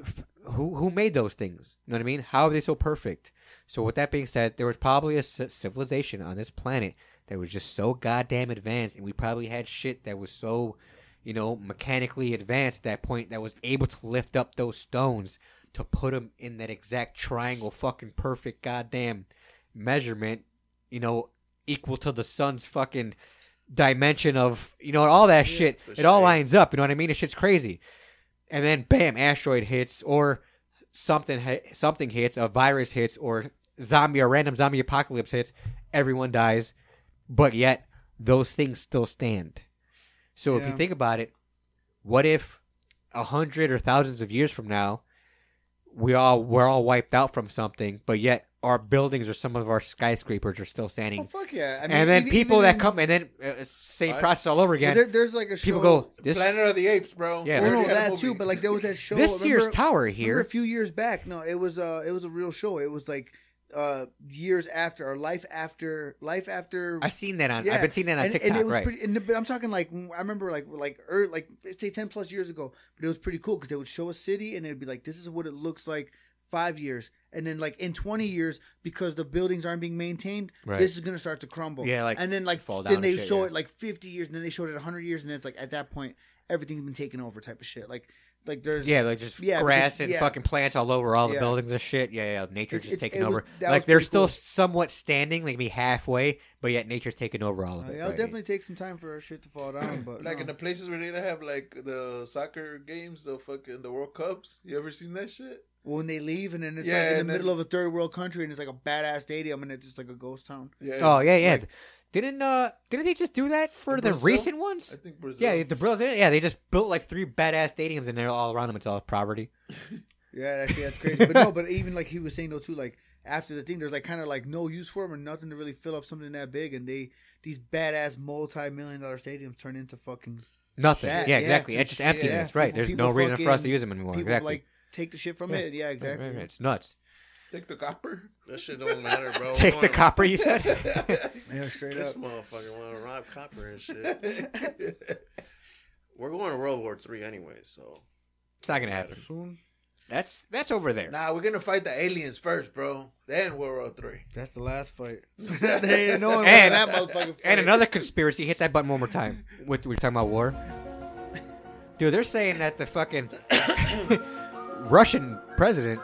Speaker 1: f- who who made those things you know what i mean how are they so perfect so with that being said there was probably a ci- civilization on this planet that was just so goddamn advanced and we probably had shit that was so you know mechanically advanced at that point that was able to lift up those stones to put them in that exact triangle fucking perfect goddamn measurement you know equal to the sun's fucking dimension of you know and all that shit
Speaker 4: the
Speaker 1: it all
Speaker 4: shape.
Speaker 1: lines up you know what i mean It's shit's crazy and then bam asteroid hits or something hi- something hits a virus hits or zombie a random zombie apocalypse hits everyone dies but yet those things still stand so if you
Speaker 3: Yeah.
Speaker 1: think about it what if a hundred or thousands of years from now we all we're all wiped out from something but yet our buildings or some of our skyscrapers are still standing
Speaker 3: Oh fuck yeah! I mean,
Speaker 1: and then
Speaker 3: even-
Speaker 1: people
Speaker 3: even
Speaker 1: that
Speaker 3: in-
Speaker 1: come and then uh, it's same
Speaker 2: I-
Speaker 1: process all over
Speaker 3: Well,
Speaker 1: again
Speaker 3: there- there's like a show.
Speaker 1: people go this
Speaker 2: Planet of the Apes, bro.
Speaker 1: Yeah,
Speaker 3: Well,
Speaker 1: there-
Speaker 3: no,
Speaker 2: Already had a
Speaker 3: that
Speaker 2: movie.
Speaker 3: too. But like there was that show.
Speaker 1: this year's
Speaker 3: remember-
Speaker 1: tower
Speaker 3: Remember
Speaker 1: here
Speaker 3: a few years back. No, it was uh it was a real show. It was like uh years after or life after life after
Speaker 1: I've seen that on. I've
Speaker 3: Yeah,
Speaker 1: been seeing that on
Speaker 3: and,
Speaker 1: TikTok,
Speaker 3: and it was
Speaker 1: right?
Speaker 3: pretty and the- but I'm talking like I remember like like er, like say 10 plus years ago, but it was pretty cool cuz they would show a city and it'd be like this is what it looks like 5 years and then like in 20 years because the buildings aren't being maintained,
Speaker 1: Right.
Speaker 3: this is going to start to crumble.
Speaker 1: Yeah, like,
Speaker 3: and then like
Speaker 1: fall down
Speaker 3: then
Speaker 1: and
Speaker 3: they
Speaker 1: shit,
Speaker 3: show
Speaker 1: yeah.
Speaker 3: it like 50 years and then they showed it 100 years and then it's like at that point everything's been taken over type of shit. Like like there's
Speaker 1: yeah, like just
Speaker 3: Yeah,
Speaker 1: grass
Speaker 3: because-
Speaker 1: and
Speaker 3: yeah.
Speaker 1: fucking plants all over all the
Speaker 3: Yeah.
Speaker 1: buildings and shit. Yeah, yeah, nature's
Speaker 3: It's-
Speaker 1: just
Speaker 3: it's-
Speaker 1: taking
Speaker 3: it was-
Speaker 1: over.
Speaker 3: that
Speaker 1: like
Speaker 3: was
Speaker 1: they're
Speaker 3: pretty
Speaker 1: still
Speaker 3: cool.
Speaker 1: somewhat standing, like maybe halfway, but yet nature's taking over all of
Speaker 3: Uh,
Speaker 1: it.
Speaker 3: it'll
Speaker 1: right?
Speaker 3: definitely take some time for our shit to fall down, but
Speaker 2: Like
Speaker 3: no.
Speaker 2: in the places where they have like the soccer games, the fucking the World Cups. You ever seen that shit?
Speaker 3: when they leave, and then it's
Speaker 2: Yeah,
Speaker 3: like in the
Speaker 2: and then-
Speaker 3: middle of a third world country, and it's like a badass stadium, and it's just like a ghost town.
Speaker 2: Yeah.
Speaker 1: Oh yeah, yeah. didn't uh didn't they just do that for
Speaker 2: In
Speaker 1: the
Speaker 2: Brazil?
Speaker 1: recent ones?
Speaker 2: I think Brazil.
Speaker 1: Yeah, the Brazil. Yeah, they just built like three badass stadiums and they're all around them. It's all property.
Speaker 3: Yeah, actually, that's crazy. but no, but even like he was saying though too, like after the thing, there's like kind of like no use for them or nothing to really fill up something that big, and they these badass multi-million dollar stadiums turn into fucking
Speaker 1: Nothing.
Speaker 3: Shit,
Speaker 1: yeah,
Speaker 3: yeah,
Speaker 1: exactly.
Speaker 3: dude,
Speaker 1: It's just emptiness,
Speaker 3: yeah.
Speaker 1: right? There's
Speaker 3: People
Speaker 1: no reason for us to
Speaker 3: fucking-
Speaker 1: use them anymore.
Speaker 3: people
Speaker 1: Exactly.
Speaker 3: like take the shit from
Speaker 1: Yeah.
Speaker 3: it. Yeah, exactly.
Speaker 1: Right, right, It's nuts.
Speaker 2: Take the copper.
Speaker 4: That shit don't matter, bro. We're
Speaker 1: Take the
Speaker 4: going-
Speaker 1: copper, you said.
Speaker 3: Yeah, straight
Speaker 4: This
Speaker 3: up.
Speaker 4: motherfucker want to rob copper and shit. We're going to World War Three anyway, so
Speaker 1: It's not gonna happen.
Speaker 3: Soon.
Speaker 1: That's that's over there.
Speaker 2: Nah, we're gonna fight the aliens first, bro. Then World War Three.
Speaker 3: That's the last fight. they ain't knowing
Speaker 1: And- uh,
Speaker 3: that motherfucking fight.
Speaker 1: And another conspiracy. Hit that button one more time. What we're talking about war. Dude, they're saying that the fucking Russian president.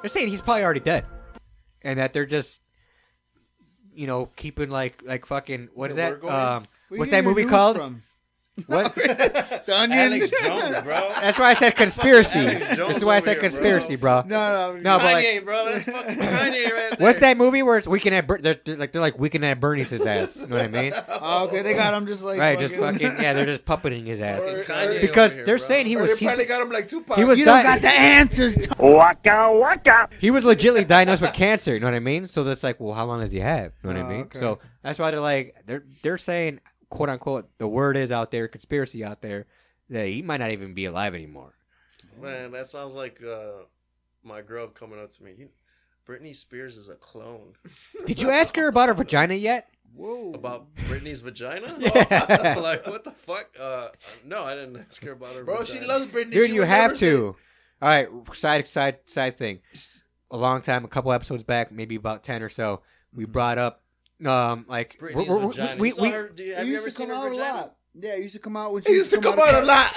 Speaker 1: They're saying he's probably already dead, and that they're just, you know, keeping like like fucking what is
Speaker 4: Where
Speaker 1: that?
Speaker 4: we're going?
Speaker 1: Um,
Speaker 3: Where you
Speaker 1: what's
Speaker 3: getting
Speaker 1: that
Speaker 3: your
Speaker 1: movie
Speaker 3: news
Speaker 1: called?
Speaker 3: From?
Speaker 1: What?
Speaker 3: The Onion.
Speaker 4: Alex Jones, bro.
Speaker 1: That's why I said conspiracy.
Speaker 4: Alex
Speaker 1: this is
Speaker 4: Jones
Speaker 1: why I
Speaker 4: over
Speaker 1: said
Speaker 4: here, bro.
Speaker 1: conspiracy, bro.
Speaker 3: no, no,
Speaker 1: No, but like,
Speaker 4: Kanye, bro. That's fucking Kanye right there.
Speaker 1: what's that movie where it's weekend at Ber- they're, they're like they're like weekend at Bernie's his ass? You know what I mean?
Speaker 3: Oh, okay, they got him just like
Speaker 1: right, just fucking yeah, they're just puppeting his ass.
Speaker 2: Or-
Speaker 4: Kanye
Speaker 1: Because
Speaker 4: over here,
Speaker 1: they're
Speaker 4: bro.
Speaker 1: saying he
Speaker 2: Or
Speaker 1: was
Speaker 2: they
Speaker 1: he's-
Speaker 2: probably got him like Tupac.
Speaker 1: he was
Speaker 3: You don't
Speaker 1: di-
Speaker 3: got the answers.
Speaker 5: Waka waka.
Speaker 1: he was legitly diagnosed with cancer. You know what I mean? So that's like, well, how long does he have? You know what
Speaker 3: Oh,
Speaker 1: I mean?
Speaker 3: okay.
Speaker 1: So that's why they're like, they're they're saying, quote unquote, the word is out there, conspiracy out there, that he might not even be alive anymore.
Speaker 4: Man, that sounds like uh, my girl coming up to me. You, Britney Spears is a clone.
Speaker 1: Did you ask her about her vagina yet?
Speaker 3: Whoa.
Speaker 4: About Britney's vagina?
Speaker 1: Yeah.
Speaker 4: like, what the fuck? Uh, no, I didn't ask her about her
Speaker 2: bro. She
Speaker 4: vagina.
Speaker 2: loves Britney.
Speaker 1: Dude,
Speaker 2: She
Speaker 1: you
Speaker 2: would
Speaker 1: have
Speaker 2: never say-
Speaker 1: to. All right, side side side thing. A long time, a couple episodes back, maybe about ten or so, we brought up um like
Speaker 4: Britney's
Speaker 1: we're- we're-
Speaker 4: vagina.
Speaker 1: we-
Speaker 4: You saw
Speaker 1: we-
Speaker 4: her- do you-
Speaker 3: It
Speaker 4: have you
Speaker 3: used
Speaker 4: ever
Speaker 3: to
Speaker 4: seen
Speaker 3: come
Speaker 4: her
Speaker 3: out a
Speaker 4: vagina?
Speaker 3: lot. Yeah, it used to come out when she
Speaker 2: It used to come out a lot,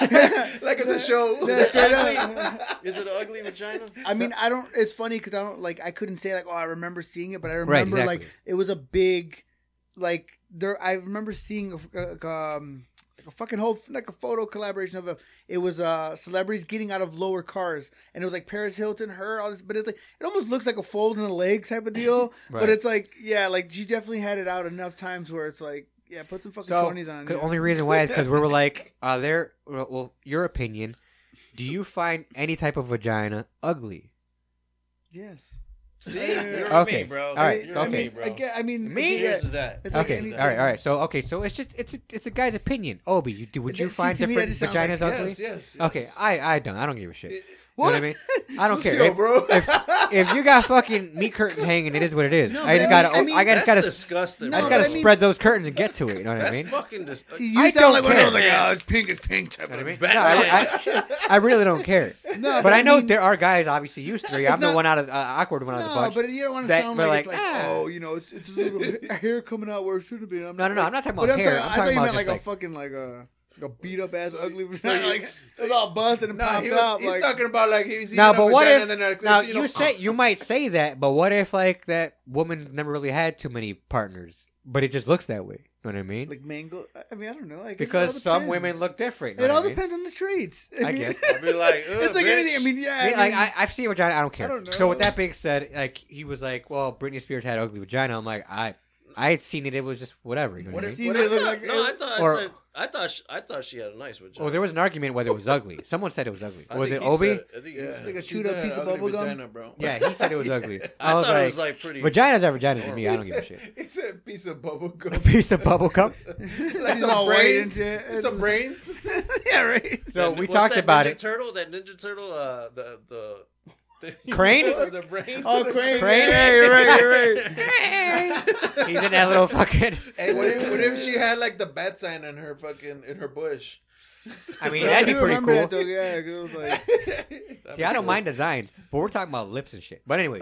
Speaker 2: like it's a show.
Speaker 3: Yeah, straight
Speaker 2: Exactly.
Speaker 3: up.
Speaker 4: Is it an ugly vagina?
Speaker 3: I mean, I don't. It's funny because I don't like. I couldn't say like, oh, I remember seeing it, but I remember like
Speaker 1: exactly.
Speaker 3: it was a big, like there. I remember seeing a, f- uh, um, like a fucking whole like a photo collaboration of a. It was uh celebrities getting out of lower cars, and it was like Paris Hilton, her, all this. But it's like it almost looks like a fold in the leg type of deal.
Speaker 1: Right.
Speaker 3: But it's like yeah, like she definitely had it out enough times where it's like yeah, put some fucking
Speaker 1: So,
Speaker 3: chonies on.
Speaker 1: the
Speaker 3: yeah.
Speaker 1: only reason why is because we were like, are there? Well, well, your opinion. Do you find any type of vagina ugly?
Speaker 3: yes.
Speaker 4: See? You're
Speaker 1: Okay.
Speaker 4: me, bro.
Speaker 1: All right,
Speaker 4: You're
Speaker 1: so
Speaker 3: I
Speaker 1: okay.
Speaker 4: me,
Speaker 3: mean,
Speaker 4: bro.
Speaker 3: I, get, I mean,
Speaker 1: Me?
Speaker 3: yeah.
Speaker 4: Here's to that.
Speaker 3: It's like
Speaker 1: Okay,
Speaker 3: anything.
Speaker 1: all right, all right. So okay, so it's just it's it's a guy's opinion. Obi, you do would
Speaker 3: It-
Speaker 1: you
Speaker 3: it- see,
Speaker 1: find
Speaker 3: to me,
Speaker 1: different
Speaker 3: that just sounds
Speaker 1: vaginas
Speaker 3: like-
Speaker 1: ugly?
Speaker 2: Yes, yes, yes.
Speaker 1: Okay, I I don't I don't give a shit. You know what I
Speaker 3: What?
Speaker 1: mean? I don't care.
Speaker 2: Sucio,
Speaker 1: If-
Speaker 2: bro.
Speaker 1: if you got fucking meat curtains hanging, it is what it is.
Speaker 3: No,
Speaker 1: I just
Speaker 3: but I
Speaker 1: gotta, I,
Speaker 3: mean- I mean-
Speaker 1: I
Speaker 4: That's
Speaker 1: just gotta,
Speaker 4: disgusting.
Speaker 1: I
Speaker 3: No,
Speaker 1: just
Speaker 3: but
Speaker 1: gotta
Speaker 3: I mean-
Speaker 1: spread those curtains and get to it. You know what I
Speaker 4: That's
Speaker 1: mean?
Speaker 4: fucking disgusting.
Speaker 3: See, you
Speaker 1: I
Speaker 3: sound
Speaker 1: don't
Speaker 3: like one of those, like,
Speaker 4: care.
Speaker 3: oh, it's pink, it's pink
Speaker 1: You
Speaker 3: type
Speaker 1: know
Speaker 3: of
Speaker 1: what I, mean? No, I- I- I really don't care.
Speaker 3: No,
Speaker 1: but, I know
Speaker 3: mean-
Speaker 1: there are guys, obviously, you three.
Speaker 3: It's
Speaker 1: I'm the
Speaker 3: not-
Speaker 1: one out of uh, awkward one out of the
Speaker 3: No,
Speaker 1: bunch.
Speaker 3: but you don't want to
Speaker 1: that-
Speaker 3: sound
Speaker 1: but
Speaker 3: like, it's
Speaker 1: like,
Speaker 3: like
Speaker 1: ah.
Speaker 3: oh, you know, it's, it's a little bit- hair coming out where it should have been. I'm
Speaker 1: No, no, no,
Speaker 3: like-
Speaker 1: I'm not talking
Speaker 3: but
Speaker 1: about hair.
Speaker 3: Talking,
Speaker 1: I'm
Speaker 3: I thought
Speaker 1: talking
Speaker 3: you
Speaker 1: about
Speaker 3: meant
Speaker 1: just
Speaker 3: like,
Speaker 1: like
Speaker 3: a fucking like a like a beat up ass ugly.
Speaker 2: so you-
Speaker 3: like it was all busted and
Speaker 2: No,
Speaker 3: popped
Speaker 2: he was,
Speaker 3: out.
Speaker 2: he's
Speaker 3: like,
Speaker 2: talking about like he was eating
Speaker 1: now,
Speaker 2: a
Speaker 1: but what
Speaker 2: vagina
Speaker 1: if
Speaker 2: and then a-
Speaker 1: now
Speaker 2: you,
Speaker 1: you say you might say that, but what if like that woman never really had too many partners, but it just looks that way? You know what I mean?
Speaker 3: like mango. I mean, I don't know. I guess it
Speaker 1: because
Speaker 3: all
Speaker 1: some
Speaker 3: depends.
Speaker 1: women look different. you
Speaker 3: It
Speaker 1: know
Speaker 3: all
Speaker 1: what I mean?
Speaker 3: depends on the traits.
Speaker 1: I
Speaker 3: mean,
Speaker 1: guess.
Speaker 4: I'd be like, "Ugh,
Speaker 3: it's like
Speaker 4: bitch."
Speaker 3: anything. I mean, yeah.
Speaker 1: I mean, like
Speaker 3: mean,
Speaker 1: I, I've seen a vagina, I don't care.
Speaker 3: I don't
Speaker 1: So with
Speaker 3: know.
Speaker 1: that being said, like he was like, well, Britney Spears had ugly vagina. I'm like, I, I had seen it. It was just whatever. You know what I
Speaker 3: What
Speaker 1: mean?
Speaker 3: is-
Speaker 4: What
Speaker 3: It
Speaker 4: I
Speaker 3: looked
Speaker 4: thought-
Speaker 3: like-
Speaker 4: no, I thought
Speaker 1: or-
Speaker 4: I said I thought she, I thought she had a nice vagina.
Speaker 1: Oh, there was an argument whether it was ugly. Someone said it was ugly.
Speaker 4: I
Speaker 1: was it
Speaker 4: think he
Speaker 1: Obi?
Speaker 4: said- I think he
Speaker 2: it's
Speaker 4: said-
Speaker 3: like a chewed up piece of bubble gum.
Speaker 2: bro.
Speaker 1: Yeah, he said it was ugly.
Speaker 4: I,
Speaker 1: I, was
Speaker 4: thought
Speaker 1: like,
Speaker 4: it was like pretty.
Speaker 1: vaginas are vaginas to me. I don't
Speaker 2: He
Speaker 1: give a
Speaker 2: said-
Speaker 1: shit.
Speaker 2: He said piece of bubble
Speaker 1: A
Speaker 2: gum.
Speaker 1: piece of bubble gum.
Speaker 2: like
Speaker 3: He's
Speaker 2: some
Speaker 3: all white
Speaker 2: brains.
Speaker 3: and shit.
Speaker 2: Some brains.
Speaker 3: yeah, right.
Speaker 1: So
Speaker 4: That-
Speaker 1: we
Speaker 4: what's
Speaker 1: talked
Speaker 4: that
Speaker 1: about
Speaker 4: Ninja
Speaker 1: it.
Speaker 4: Turtle, that Ninja Turtle, uh, the the, the
Speaker 1: Crane?
Speaker 4: the brain.
Speaker 3: Oh, crane.
Speaker 1: Crane?
Speaker 3: Yeah, you're right. You're right.
Speaker 1: He's in that little fucking.
Speaker 2: Hey, what if, what if she had like the bat sign in her fucking in her bush?
Speaker 1: I mean,
Speaker 3: Yeah,
Speaker 1: that'd
Speaker 3: I
Speaker 1: be
Speaker 3: do
Speaker 1: pretty
Speaker 3: remember
Speaker 1: cool.
Speaker 3: that, though, yeah, 'cause it was like.
Speaker 1: See, I don't mind designs, but we're talking about lips and shit. But anyway,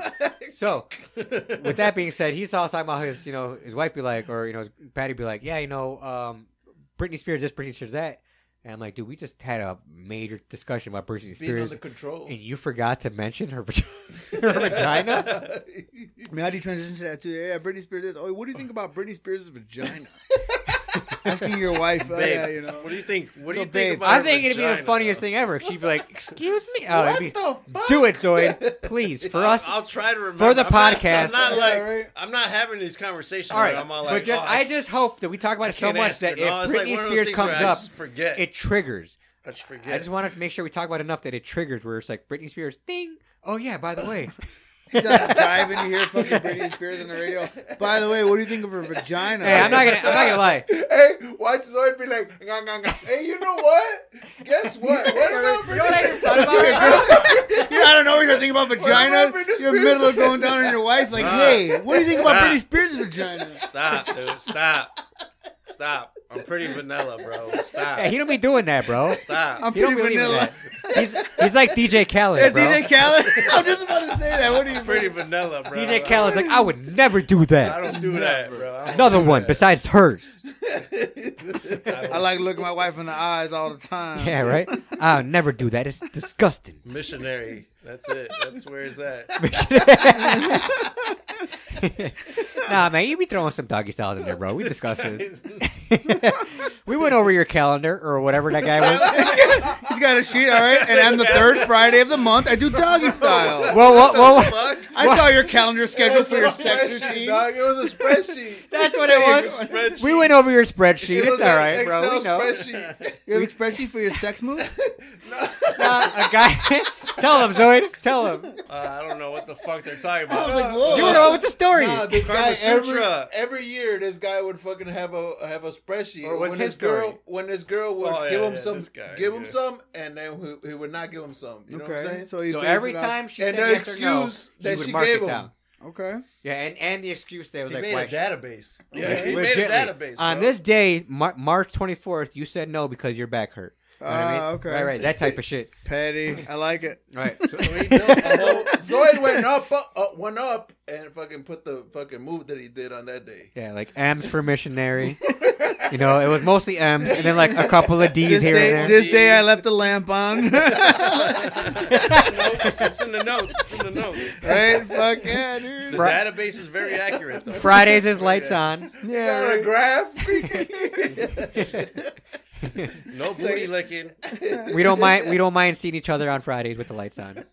Speaker 1: so with that being said, he's all talking about his, you know, his wife be like, or you know, his Patty be like, yeah, you know, um, Britney Spears this, Britney Spears that, and I'm like, dude, we just had a major discussion about Britney
Speaker 2: Being
Speaker 1: Spears,
Speaker 2: under control.
Speaker 1: and you forgot to mention her, vag- her vagina.
Speaker 3: I mean, how do you transition to that too? Yeah, Britney Spears is. Oh, what do you think about Britney Spears' vagina? Asking your wife, oh,
Speaker 4: Babe,
Speaker 3: yeah, you know.
Speaker 4: What do you think? What do
Speaker 3: So,
Speaker 4: you think
Speaker 3: babe,
Speaker 4: about?
Speaker 1: I
Speaker 4: her
Speaker 1: think it'd be the
Speaker 4: vagina,
Speaker 1: funniest
Speaker 4: bro?
Speaker 1: thing ever if she'd be like, excuse me, oh, it'd
Speaker 2: What
Speaker 1: be,
Speaker 2: the fuck?
Speaker 1: do it, Zoid, please, for us.
Speaker 4: I'll, I'll try to remember
Speaker 1: the
Speaker 4: I'm not-
Speaker 1: podcast.
Speaker 4: I'm not
Speaker 3: Yeah,
Speaker 4: like
Speaker 3: right.
Speaker 4: I'm not having these conversations.
Speaker 1: all right,
Speaker 4: where I'm all like,
Speaker 1: but just
Speaker 4: oh,
Speaker 1: I just hope that we talk about it so
Speaker 4: can't
Speaker 1: much
Speaker 4: ask her.
Speaker 1: that
Speaker 4: No,
Speaker 1: if
Speaker 4: it's like
Speaker 1: Britney
Speaker 4: one of those
Speaker 1: Spears
Speaker 4: things where
Speaker 1: comes
Speaker 4: I
Speaker 1: up,
Speaker 4: just forget.
Speaker 1: it triggers.
Speaker 4: I just forget.
Speaker 1: I just want to make sure we talk about it enough that it triggers where it's like Britney Spears, ding. Oh yeah, by the way,
Speaker 3: He's out driving to hear fucking Britney Spears on the radio. By the way, what do you think of her vagina?
Speaker 1: hey, I'm not gonna, I'm not gonna lie.
Speaker 2: Hey, watch Zoid be like, "Nga, nga, nga." hey, you know what? Guess what? What about
Speaker 1: You know what I just thought
Speaker 2: Britney
Speaker 1: about?
Speaker 3: You're out of nowhere. You're thinking about vagina.
Speaker 2: about Britney
Speaker 3: You're in the middle of going down on your wife, like,
Speaker 4: Nah.
Speaker 3: hey, what do uh. you think about
Speaker 4: Nah.
Speaker 3: Britney Spears' vagina?
Speaker 4: stop, dude. Stop. Stop. I'm pretty vanilla, bro. Stop.
Speaker 1: Yeah, he don't be doing that, bro.
Speaker 4: Stop.
Speaker 3: I'm
Speaker 1: He don't
Speaker 3: pretty
Speaker 1: believe in
Speaker 3: vanilla.
Speaker 1: that. He's he's like DJ Khaled,
Speaker 3: Yeah,
Speaker 1: bro.
Speaker 3: DJ Khaled. I'm just about to say that. What do you
Speaker 4: I'm pretty vanilla, bro.
Speaker 1: DJ Khaled's like, I would never do
Speaker 4: I
Speaker 1: that.
Speaker 4: don't do that, bro. I don't
Speaker 1: Another
Speaker 4: do
Speaker 1: one
Speaker 4: that.
Speaker 1: besides hers.
Speaker 3: I like looking my wife in the eyes all the time.
Speaker 1: Yeah, right. I'll never do that. It's disgusting.
Speaker 4: Missionary. That's it. That's where it's at.
Speaker 1: nah, man, you be throwing some doggy styles in there, bro. We discussed this. we went over your calendar or whatever that guy was.
Speaker 3: He's got a sheet, all right. And on the third Friday of the month, I do doggy style.
Speaker 1: Well, well, well,
Speaker 4: Fuck.
Speaker 3: I saw your calendar schedule for
Speaker 2: It
Speaker 3: your
Speaker 2: was a
Speaker 3: sex
Speaker 2: spreadsheet,
Speaker 3: routine.
Speaker 2: dog. It was a spreadsheet.
Speaker 1: that's what it was.
Speaker 4: Spreadsheet.
Speaker 1: We went over your spreadsheet.
Speaker 2: It
Speaker 1: it's
Speaker 2: was
Speaker 1: all
Speaker 2: an
Speaker 1: right, bro.
Speaker 2: Excel
Speaker 1: We know.
Speaker 2: spreadsheet.
Speaker 3: You have a spreadsheet for your sex moves?
Speaker 1: Uh, a guy. tell him, Zoid. Tell him.
Speaker 4: Uh, I don't know what the fuck they're talking about.
Speaker 1: You were the one with the story.
Speaker 2: Nah, this guy
Speaker 4: Kama
Speaker 2: every,
Speaker 4: Sutra.
Speaker 2: every year this guy would fucking have a have a spreadsheet.
Speaker 1: Or was
Speaker 2: when
Speaker 1: his
Speaker 2: this girl
Speaker 1: story.
Speaker 2: when this girl would
Speaker 4: Oh, yeah,
Speaker 2: give him
Speaker 4: yeah,
Speaker 2: some,
Speaker 4: this guy,
Speaker 2: give him
Speaker 4: yeah.
Speaker 2: some, and then he, he would not give him some. You know what I'm
Speaker 3: okay.
Speaker 2: saying?
Speaker 3: So, you
Speaker 1: so
Speaker 3: base
Speaker 1: every
Speaker 3: it off-
Speaker 1: time she
Speaker 2: And
Speaker 1: said
Speaker 2: the
Speaker 1: yes or no,
Speaker 2: excuse
Speaker 1: he
Speaker 2: that
Speaker 1: would
Speaker 2: she
Speaker 1: mark
Speaker 2: gave
Speaker 1: it
Speaker 2: him.
Speaker 1: down.
Speaker 3: Okay.
Speaker 1: Yeah, and, and the excuse they was
Speaker 4: He
Speaker 1: like,
Speaker 4: made
Speaker 1: why
Speaker 4: a
Speaker 1: she-
Speaker 4: database. Yeah, he
Speaker 1: Legitly.
Speaker 4: made a database.
Speaker 1: On
Speaker 4: bro.
Speaker 1: this day, Mar- March 24th, you said no because your back hurt. You know what I
Speaker 3: Ah,
Speaker 1: mean?
Speaker 3: okay.
Speaker 1: Right, right. That type of shit.
Speaker 3: Petty. I like it.
Speaker 1: Right. So-
Speaker 4: So he built a whole-
Speaker 2: Zoid went up, uh, uh, went up, and fucking put the fucking move that he did on that day.
Speaker 1: yeah, like M's for missionary. You know, it was mostly M's and then like a couple of D's
Speaker 3: This
Speaker 1: here
Speaker 3: day,
Speaker 1: and there.
Speaker 3: this day I left the lamp on.
Speaker 4: Notes. It's in the notes. It's in the notes.
Speaker 3: right? Fuck yeah,
Speaker 4: The
Speaker 3: dude.
Speaker 1: Fri-
Speaker 4: database is very accurate. Though.
Speaker 1: Fridays is lights on.
Speaker 3: Yeah. right.
Speaker 4: No booty licking.
Speaker 1: We don't mind we don't mind seeing each other on Fridays with the lights on.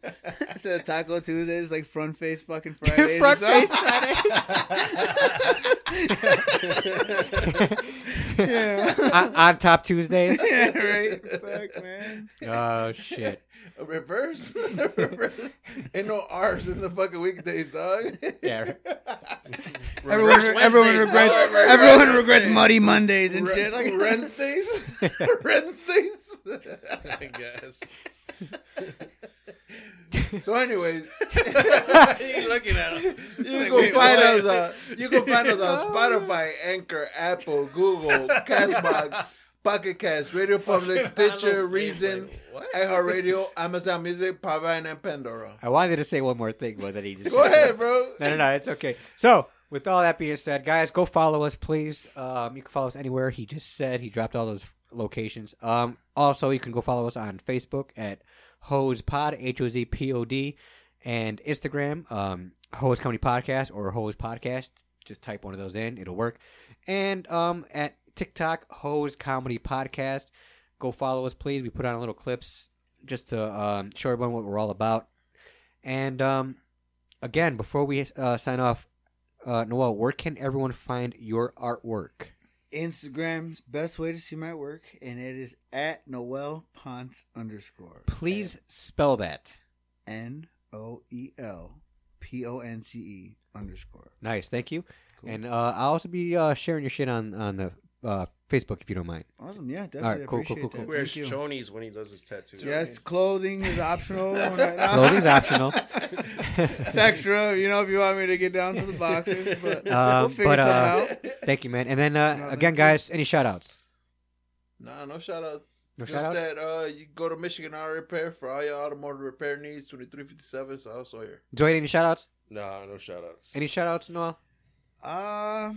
Speaker 3: Instead of Taco Tuesdays, like front face fucking Fridays. or
Speaker 1: Front
Speaker 3: something.
Speaker 1: face Fridays.
Speaker 3: Yeah.
Speaker 1: on, on top Tuesdays.
Speaker 3: yeah, right. Fuck, man.
Speaker 1: Oh shit.
Speaker 2: Reverse, reverse. Ain't no R's in the fucking weekdays, dog.
Speaker 1: Yeah.
Speaker 3: Everyone, everyone regrets. Everyone regrets Muddy Mondays and shit. Like,
Speaker 2: Wednesdays, Wednesdays.
Speaker 4: I guess.
Speaker 2: so, anyways,
Speaker 4: He looking at him.
Speaker 2: You
Speaker 4: Like,
Speaker 2: can
Speaker 4: wait,
Speaker 2: find
Speaker 4: what?
Speaker 2: us
Speaker 3: uh,
Speaker 2: on you can find us on Spotify, Anchor, Apple, Google, Castbox, Pocket Cast, Radio Public, Stitcher,
Speaker 4: Honestly,
Speaker 2: Reason,
Speaker 4: like, what?
Speaker 2: iHeartRadio, Amazon Music, Pavine, and Pandora.
Speaker 1: I wanted to say one more thing, but then he just
Speaker 2: Go ahead, bro.
Speaker 1: No, no, no, it's okay. So, with all that being said, guys, go follow us, please. Um, you can follow us anywhere. He just said he dropped all those locations. Um, also, you can go follow us on Facebook at Hose Pod, H O Z P O D, and Instagram, um, Hose Comedy Podcast or Hose Podcast. Just type one of those in, it'll work. And um, at TikTok, Hose Comedy Podcast. Go follow us, please. We put on little clips just to um, show everyone what we're all about. And um, again, before we uh, sign off, uh, Noel, where can everyone find your artwork?
Speaker 3: Instagram's best way to see my work, and it is at Noel Ponce underscore.
Speaker 1: Please spell that.
Speaker 3: N O E L P O N C E underscore.
Speaker 1: Nice, thank you.
Speaker 3: Cool.
Speaker 1: And uh, I'll also be uh, sharing your shit on on the uh, Facebook if you don't mind.
Speaker 3: Awesome. Yeah, definitely.
Speaker 1: All right, cool, cool,
Speaker 3: appreciate
Speaker 1: cool, cool.
Speaker 3: that.
Speaker 4: Wears
Speaker 3: Thank you.
Speaker 4: chonies when he does his tattoos.
Speaker 3: Yes, clothing is optional. right now.
Speaker 1: Clothing's optional.
Speaker 3: It's extra, you know, if you want me to get down to the boxes, but
Speaker 1: Um,
Speaker 3: we'll figure
Speaker 1: but, uh,
Speaker 3: something out.
Speaker 1: thank you, man. And then
Speaker 3: No,
Speaker 1: uh,
Speaker 3: thank
Speaker 1: again,
Speaker 3: you.
Speaker 1: guys, any shout outs?
Speaker 2: Nah, no shout outs.
Speaker 1: No
Speaker 2: Just
Speaker 1: shout-outs?
Speaker 2: that uh, you go to Michigan Auto Repair for all your automotive repair needs, 2357 South Sawyer.
Speaker 1: Zoid, any shout outs?
Speaker 4: No, no shout outs.
Speaker 1: Any shout outs, Noel?
Speaker 3: Uh,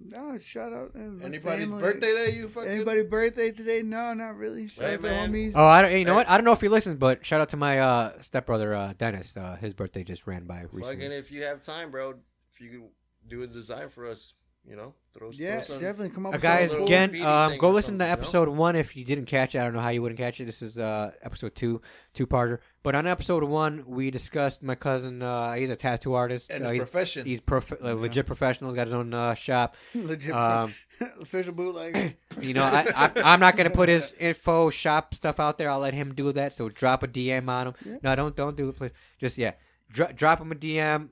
Speaker 3: no, shout out. uh, my
Speaker 2: Anybody's
Speaker 3: family.
Speaker 2: birthday that you fucking
Speaker 3: Anybody birthday today? No, not really. Shout
Speaker 4: Hey,
Speaker 3: out to
Speaker 4: man.
Speaker 3: homies.
Speaker 1: Oh, I don't. You know what? I don't know if he listens, but shout out to my uh, stepbrother uh, Dennis. Uh, his birthday just ran by
Speaker 4: Fucking
Speaker 1: recently.
Speaker 4: if you have time, bro. If you can do a design for us, you know, throw.
Speaker 3: yeah,
Speaker 4: throw some,
Speaker 3: definitely come
Speaker 1: Uh,
Speaker 3: up with
Speaker 1: guys,
Speaker 3: something.
Speaker 1: again,
Speaker 4: graffiti
Speaker 1: um,
Speaker 4: thing
Speaker 1: go
Speaker 4: or
Speaker 1: listen to
Speaker 4: something, you know?
Speaker 1: episode one if you didn't catch it. I don't know how you wouldn't catch it. This is uh, episode two, two parter. But on episode one, we discussed my cousin. Uh, he's a tattoo artist.
Speaker 2: and
Speaker 1: Uh,
Speaker 2: his
Speaker 1: he's
Speaker 2: profession.
Speaker 1: he's prof- uh, legit professional. He's got his own uh, shop.
Speaker 3: legit
Speaker 1: Um,
Speaker 3: official bootleg.
Speaker 1: you know, I, I, I'm not gonna put his info shop stuff out there. I'll let him do that. So drop a DM on him. No, don't don't do it, please. Just yeah, Dro- drop him a DM.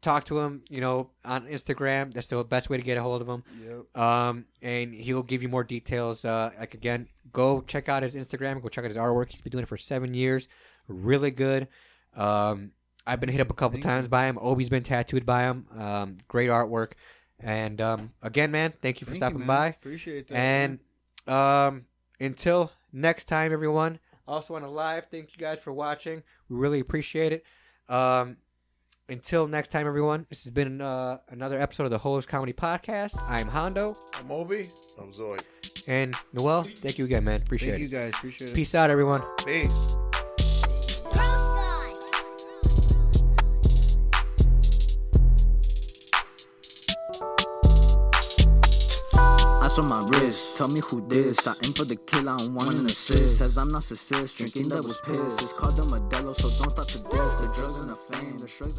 Speaker 1: Talk to him. You know, on Instagram. That's the best way to get a hold of him.
Speaker 3: yep.
Speaker 1: Um, and he'll give you more details. Uh, like again, go check out his Instagram. Go check out his artwork. He's been doing it for seven years. Really good. Um, I've been hit up a couple
Speaker 3: Thank
Speaker 1: times by him. Obi's been tattooed by him. Um, great artwork. And um, again, man, thank you for
Speaker 3: Thank you,
Speaker 1: stopping
Speaker 3: man.
Speaker 1: by.
Speaker 3: Appreciate that.
Speaker 1: And um, until next time, everyone. Also on the live, thank you guys for watching. We really appreciate it. Um, until next time, everyone. This has been uh, another episode of the Hoes Comedy Podcast. I'm Hondo
Speaker 2: I'm Obi.
Speaker 4: I'm Zoid.
Speaker 1: and Noel. Thank you again, man. Appreciate
Speaker 3: thank you
Speaker 1: it.
Speaker 3: guys. Appreciate it.
Speaker 1: Peace out, everyone.
Speaker 2: Peace.
Speaker 6: Ice on my wrist, tell me who this. I aim for the kill, I don't want an assist. Says I'm narcissist, drinking that was piss. It's called the Modelo, so don't stop to diss. The drugs and the fame, the shrugs.